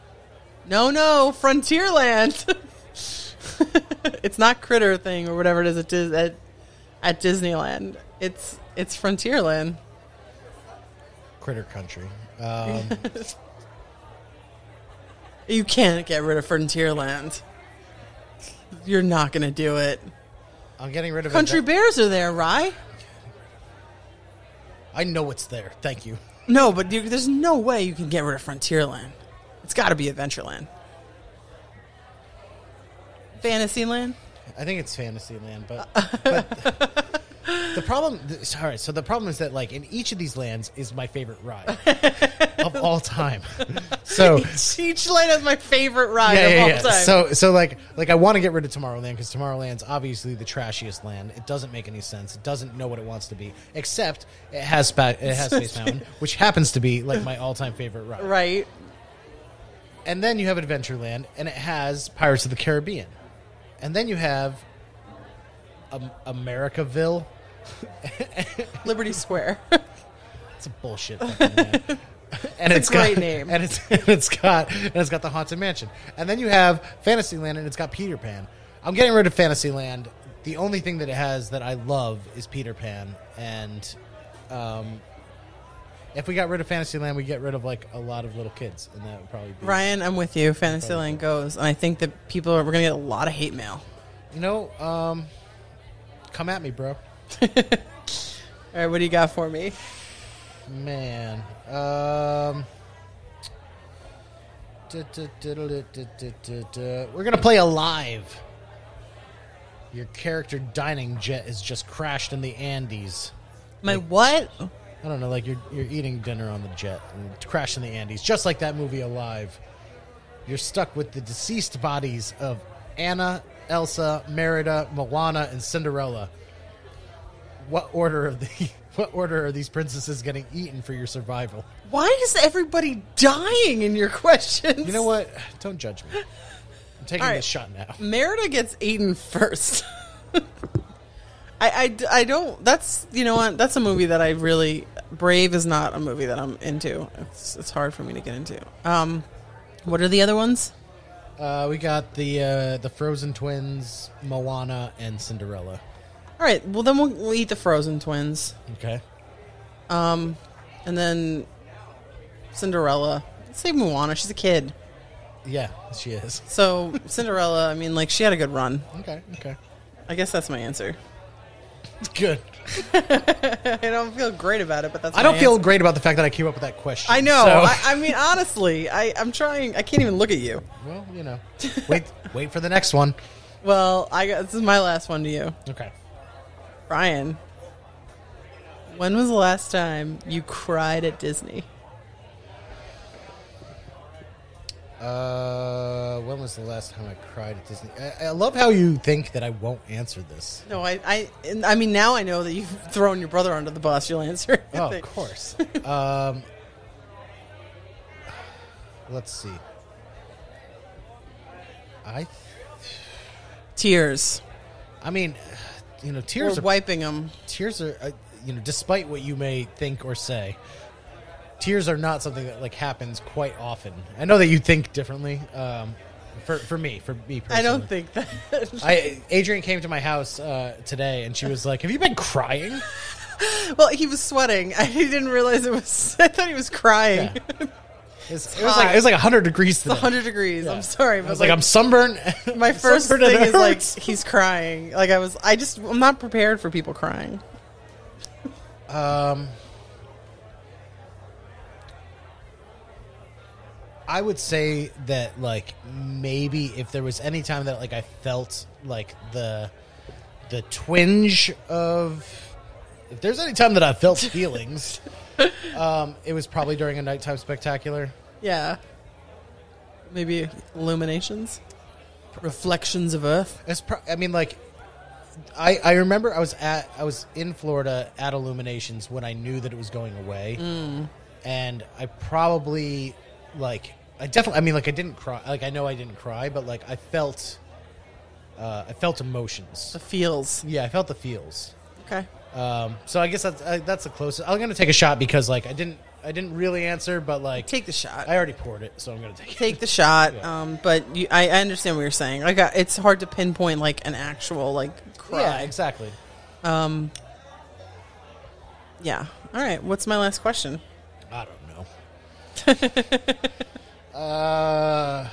Speaker 1: no, no, Frontierland. it's not Critter Thing or whatever it is at, Dis- at at Disneyland. It's it's Frontierland.
Speaker 2: Critter Country. Um,
Speaker 1: You can't get rid of Frontierland. You're not gonna do it.
Speaker 2: I'm getting rid of
Speaker 1: Country
Speaker 2: Adve-
Speaker 1: Bears are there, Rye.
Speaker 2: I know what's there. Thank you.
Speaker 1: No, but you, there's no way you can get rid of Frontierland. It's got to be Adventureland. Fantasyland?
Speaker 2: I think it's Fantasyland, but, but the problem. th- Sorry, so the problem is that like in each of these lands is my favorite ride of all time. So
Speaker 1: Each land is my favorite ride
Speaker 2: yeah,
Speaker 1: of
Speaker 2: yeah,
Speaker 1: all
Speaker 2: yeah.
Speaker 1: time.
Speaker 2: So so like like I want to get rid of Tomorrowland because Tomorrowland's obviously the trashiest land. It doesn't make any sense. It doesn't know what it wants to be, except it has spa- it has Space Mountain, which happens to be like my all time favorite ride.
Speaker 1: right.
Speaker 2: And then you have Adventureland, and it has Pirates of the Caribbean. And then you have um, Americaville,
Speaker 1: Liberty Square.
Speaker 2: It's a bullshit. Fucking name. and
Speaker 1: a
Speaker 2: it's got-
Speaker 1: great name.
Speaker 2: And it's and it's got and it's got the haunted mansion. And then you have Fantasyland, and it's got Peter Pan. I'm getting rid of Fantasyland. The only thing that it has that I love is Peter Pan. And um, if we got rid of Fantasyland, we get rid of like a lot of little kids, and that would probably be
Speaker 1: Ryan, I'm with you. Fantasyland goes, and I think that people are. We're gonna get a lot of hate mail.
Speaker 2: You know, um, come at me, bro.
Speaker 1: All right, what do you got for me?
Speaker 2: Man. Um, duh, duh, duh, duh, duh, duh, duh, duh, duh. We're going to play Alive. Your character dining jet has just crashed in the Andes.
Speaker 1: My what?
Speaker 2: I don't know, like you're, you're eating dinner on the jet and it crashed in the Andes, just like that movie Alive. You're stuck with the deceased bodies of Anna, Elsa, Merida, Moana, and Cinderella. What order of the what order are these princesses getting eaten for your survival?
Speaker 1: Why is everybody dying in your questions?
Speaker 2: You know what? Don't judge me. I'm taking
Speaker 1: All right.
Speaker 2: this shot now.
Speaker 1: Merida gets eaten first. I, I d- I don't. That's you know what. That's a movie that I really. Brave is not a movie that I'm into. It's it's hard for me to get into. Um, what are the other ones?
Speaker 2: Uh, we got the uh, the Frozen twins, Moana and Cinderella.
Speaker 1: All right. Well, then we'll, we'll eat the Frozen twins,
Speaker 2: Okay.
Speaker 1: and then Cinderella. Let's say Moana. She's a kid,
Speaker 2: Yeah, she is.
Speaker 1: so Cinderella. I mean, like she had a good run.
Speaker 2: Okay. Okay.
Speaker 1: I guess that's my answer.
Speaker 2: Good.
Speaker 1: I don't feel great about it, but that's.
Speaker 2: I
Speaker 1: my
Speaker 2: don't feel
Speaker 1: answer.
Speaker 2: great about the fact that I came up with that question.
Speaker 1: I know.
Speaker 2: so-
Speaker 1: I, I mean, honestly, I, I'm trying. I can't even look at you.
Speaker 2: well, you know, wait, wait for the next one.
Speaker 1: Well, I got, this is my last one to you,
Speaker 2: Okay.
Speaker 1: Brian. When was the last time you cried at Disney?
Speaker 2: Uh, when was the last time I cried at Disney? I, I love how you think that I won't answer this.
Speaker 1: No, I, I, and I mean, now I know that you've thrown your brother under the bus. You'll answer. it.
Speaker 2: Oh, of course. um, let's see. I,
Speaker 1: Tears.
Speaker 2: I mean, you know,
Speaker 1: We're
Speaker 2: tears are
Speaker 1: wiping them.
Speaker 2: tears are, uh, you know, despite what you may think or say, tears are not something that like happens quite often. I know that you think differently. Um, for for me, for me, personally.
Speaker 1: I don't think that.
Speaker 2: I Adrian came to my house uh, today and she was like, "Have you been crying?"
Speaker 1: well, he was sweating. I didn't realize it was. I thought he was crying.
Speaker 2: Yeah. It's- it was like it was like hundred degrees today.
Speaker 1: It's 100 degrees.
Speaker 2: Yeah.
Speaker 1: I'm sorry,
Speaker 2: I
Speaker 1: but
Speaker 2: was like, "I'm sunburned."
Speaker 1: My first
Speaker 2: Sunburned and
Speaker 1: thing
Speaker 2: it
Speaker 1: is like
Speaker 2: hurts.
Speaker 1: he's crying. Like I was, I just I'm not prepared for people crying.
Speaker 2: Um, I would say that like maybe if there was any time that like I felt like the the twinge of if there's any time that I felt feelings, um, it was probably during a nighttime spectacular.
Speaker 1: Yeah, maybe illuminations, reflections of Earth.
Speaker 2: It's pro- I mean, like, I I remember I was at I was in Florida at Illuminations when I knew that it was going away, and I probably like I definitely I mean like I didn't cry like I know I didn't cry but like I felt uh, I felt emotions.
Speaker 1: The feels.
Speaker 2: Yeah, I felt the feels.
Speaker 1: Okay.
Speaker 2: Um, so I guess that's I, that's the closest. I'm gonna take a shot because like I didn't I didn't really answer, but like
Speaker 1: Take the shot.
Speaker 2: I already poured it, so I'm gonna take it.
Speaker 1: Take the shot.
Speaker 2: Yeah.
Speaker 1: Um, but you, I, I understand what you're saying. Like I, it's hard to pinpoint like an actual like cry.
Speaker 2: Yeah, exactly.
Speaker 1: Um. Yeah. All right. What's my last question?
Speaker 2: I don't know. uh,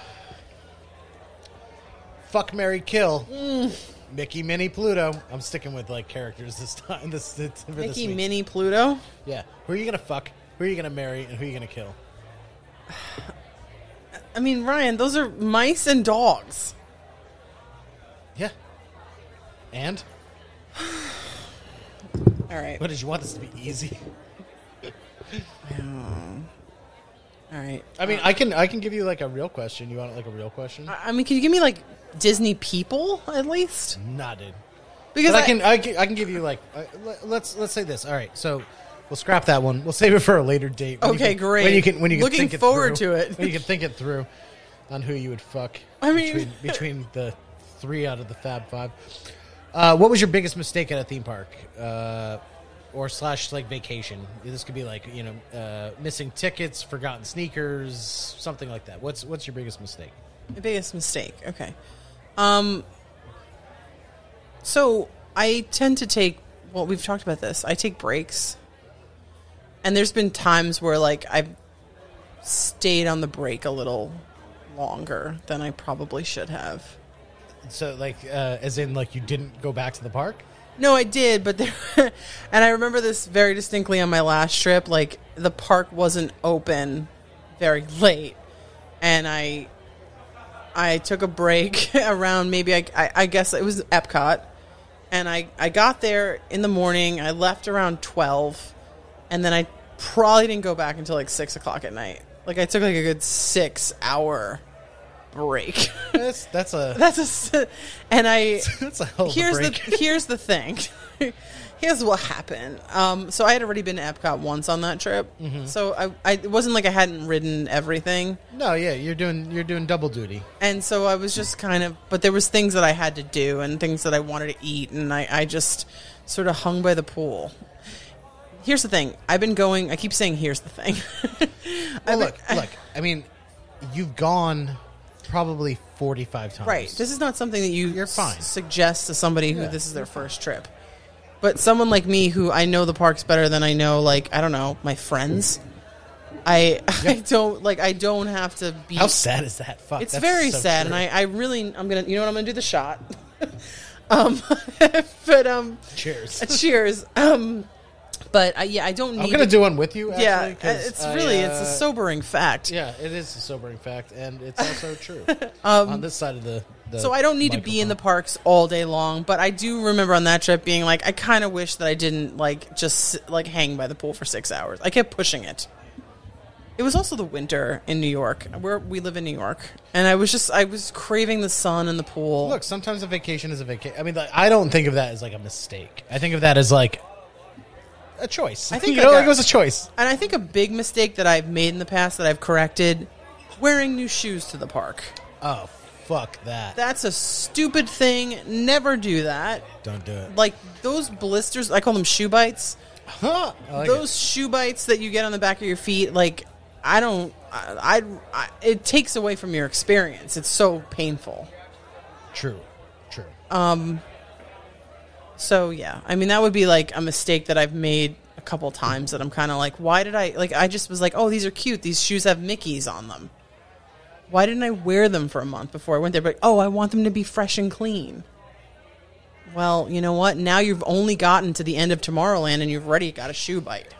Speaker 2: fuck Mary Kill. Mickey, Minnie, Pluto. I'm sticking with like characters this time. This, this for this
Speaker 1: Mickey,
Speaker 2: week.
Speaker 1: Minnie, Pluto.
Speaker 2: Yeah. Who are you gonna fuck? Who are you gonna marry? And who are you gonna kill?
Speaker 1: I mean, Ryan, those are mice and dogs.
Speaker 2: Yeah. And
Speaker 1: All right.
Speaker 2: what did you want this to be easy?
Speaker 1: All right.
Speaker 2: I mean, I can I can give you like a real question. You want like a real question?
Speaker 1: I I mean, can you give me like Disney people at least?
Speaker 2: Not dude.
Speaker 1: Because
Speaker 2: But I can I can, I can give you like uh, le- let's let's say this. All right, so we'll scrap that one. We'll save it for a later date. when you
Speaker 1: Okay,
Speaker 2: can-
Speaker 1: great.
Speaker 2: When you can when you can
Speaker 1: Looking
Speaker 2: think it
Speaker 1: forward
Speaker 2: through-
Speaker 1: to it.
Speaker 2: When you can think it through on who you would fuck.
Speaker 1: I mean-
Speaker 2: between, between the three out of the Fab Five. Uh, what was your biggest mistake at a theme park, uh, or slash like vacation? This could be like you know uh, missing tickets, forgotten sneakers, something like that. What's what's your biggest mistake?
Speaker 1: My biggest mistake. Okay. Um. So I tend to take. Well, we've talked about this. I take breaks, and there's been times where like I've stayed on the break a little longer than I probably should have.
Speaker 2: So like uh, as in like you didn't go back to the park.
Speaker 1: No, I did, but there, and I remember this very distinctly on my last trip. Like the park wasn't open very late, and I, I took a break around maybe I, I, I guess it was Epcot, and I I got there in the morning. I left around twelve, and then I probably didn't go back until like six o'clock at night. Like I took like a good six hour break.
Speaker 2: That's that's a
Speaker 1: That's a, s- and I
Speaker 2: that's a hell of
Speaker 1: here's
Speaker 2: a
Speaker 1: the
Speaker 2: Oh, break.
Speaker 1: here's the thing. here's what happened. Um, so I had already been to Epcot once on that trip,
Speaker 2: Mm-hmm.
Speaker 1: so I, I it wasn't like I hadn't ridden everything,
Speaker 2: no, yeah, you're doing you're doing double duty.
Speaker 1: and so I was just kind of. But there was things that I had to do and things that I wanted to eat, and I, I just sort of hung by the pool. Here's the thing. I've been going. I keep saying here's the thing. I've
Speaker 2: Well, look,
Speaker 1: been-
Speaker 2: look. I mean, you've gone probably forty five times.
Speaker 1: Right. This is not something that you
Speaker 2: You're fine.
Speaker 1: s- suggest to somebody who
Speaker 2: Yeah.
Speaker 1: this is their first trip. But someone like me who I know the parks better than I know like I don't know, my friends. I I don't like I don't have to be
Speaker 2: How sad is that? Fuck.
Speaker 1: It's
Speaker 2: that's
Speaker 1: very
Speaker 2: so
Speaker 1: sad and
Speaker 2: true.
Speaker 1: I I really I'm going to you know what I'm going to do the shot. um but um
Speaker 2: cheers.
Speaker 1: cheers. Um but I, yeah, I don't need
Speaker 2: I'm gonna do one with you. Actually,
Speaker 1: yeah,
Speaker 2: 'cause
Speaker 1: it's
Speaker 2: I,
Speaker 1: really it's
Speaker 2: uh,
Speaker 1: a sobering fact.
Speaker 2: Yeah, it is a sobering fact, and it's also true on this side of the. the
Speaker 1: Um, So I don't need to be in the
Speaker 2: microphone.
Speaker 1: parks all day long, but I do remember on that trip being like, I kind of wish that I didn't like just like hang by the pool for six hours. I kept pushing it. It was also the winter in New York, where we live in New York, and I was just I was craving the sun and the pool.
Speaker 2: Look, sometimes a vacation is a vacation. I mean, like, I don't think of that as like a mistake. I think of that as like a choice.
Speaker 1: I think
Speaker 2: you
Speaker 1: I
Speaker 2: know,
Speaker 1: got-
Speaker 2: like it was a choice.
Speaker 1: and I think a big mistake that I've made in the past that I've corrected: wearing new shoes to the park.
Speaker 2: Oh fuck that!
Speaker 1: That's a stupid thing. Never do that.
Speaker 2: Don't do it.
Speaker 1: Like those blisters, I call them shoe bites.
Speaker 2: Huh. I like
Speaker 1: those shoe bites that you get on the back of your feet, like I don't, I, I, I it takes away from your experience. It's so painful.
Speaker 2: it. true, true.
Speaker 1: So yeah, I mean that would be like a mistake that I've made a couple times that I'm kind of like, why did I like? I just was like, oh, these are cute. These shoes have Mickey's on them. Why didn't I wear them for a month before I went there? But oh, I want them to be fresh and clean. Well, you know what? Now you've only gotten to the end of Tomorrowland and you've already got a shoe bite.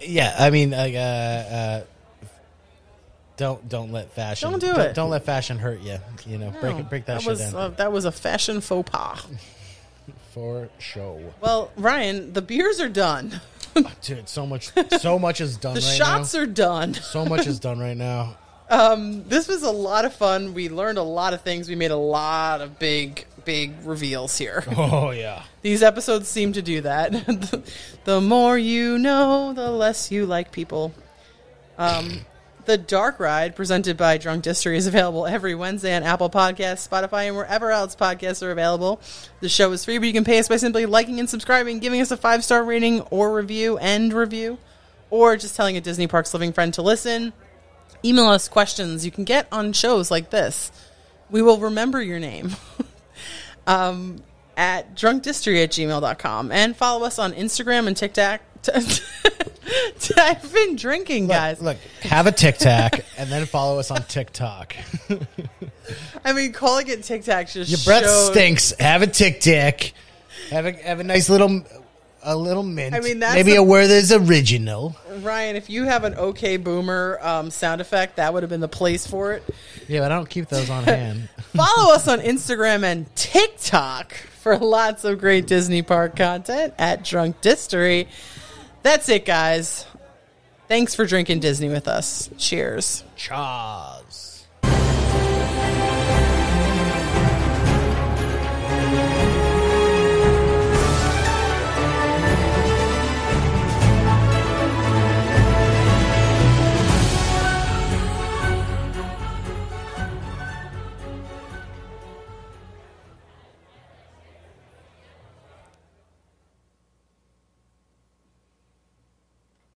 Speaker 2: yeah, I mean, like, uh, uh, don't don't let fashion
Speaker 1: Don't do it.
Speaker 2: Don't let fashion hurt you. You know, break
Speaker 1: No,
Speaker 2: it, break that, shit
Speaker 1: was,
Speaker 2: down
Speaker 1: uh, that was a fashion faux pas.
Speaker 2: for show.
Speaker 1: Well, Ryan, the beers are done.
Speaker 2: Dude, so much, so much is done.
Speaker 1: The
Speaker 2: right
Speaker 1: shots
Speaker 2: now.
Speaker 1: are done.
Speaker 2: so much is done right now.
Speaker 1: This was a lot of fun. We learned a lot of things. We made a lot of big, big reveals here.
Speaker 2: Oh yeah.
Speaker 1: These episodes seem to do that. the, the more you know, the less you like people. Um, the Dark Ride, presented by Drunk Distory, is available every Wednesday on Apple Podcasts, Spotify, and wherever else podcasts are available. The show is free, but you can pay us by simply liking and subscribing, giving us a five star rating or review and review, or just telling a Disney Parks living friend to listen. Email us questions you can get on shows like this. We will remember your name. um, at drunkdistory at gmail.com and follow us on Instagram and TikTok. I've been drinking,
Speaker 2: Look,
Speaker 1: guys.
Speaker 2: look, have a Tic Tac and then follow us on TikTok.
Speaker 1: I mean, calling it Tic Tac just
Speaker 2: Your breath
Speaker 1: shows-
Speaker 2: stinks. Have a Tic Tac. Have a have a nice little a little mint.
Speaker 1: I mean, that's
Speaker 2: maybe
Speaker 1: the-
Speaker 2: a Werther's original.
Speaker 1: Ryan, if you have an OK Boomer um, sound effect, that would have been the place for it.
Speaker 2: Yeah, but I don't keep those on hand.
Speaker 1: Follow us on Instagram and TikTok for lots of great Disney Park content at Drunk Distory. That's it, guys. Thanks for drinking Disney with us. Cheers.
Speaker 2: Chaws.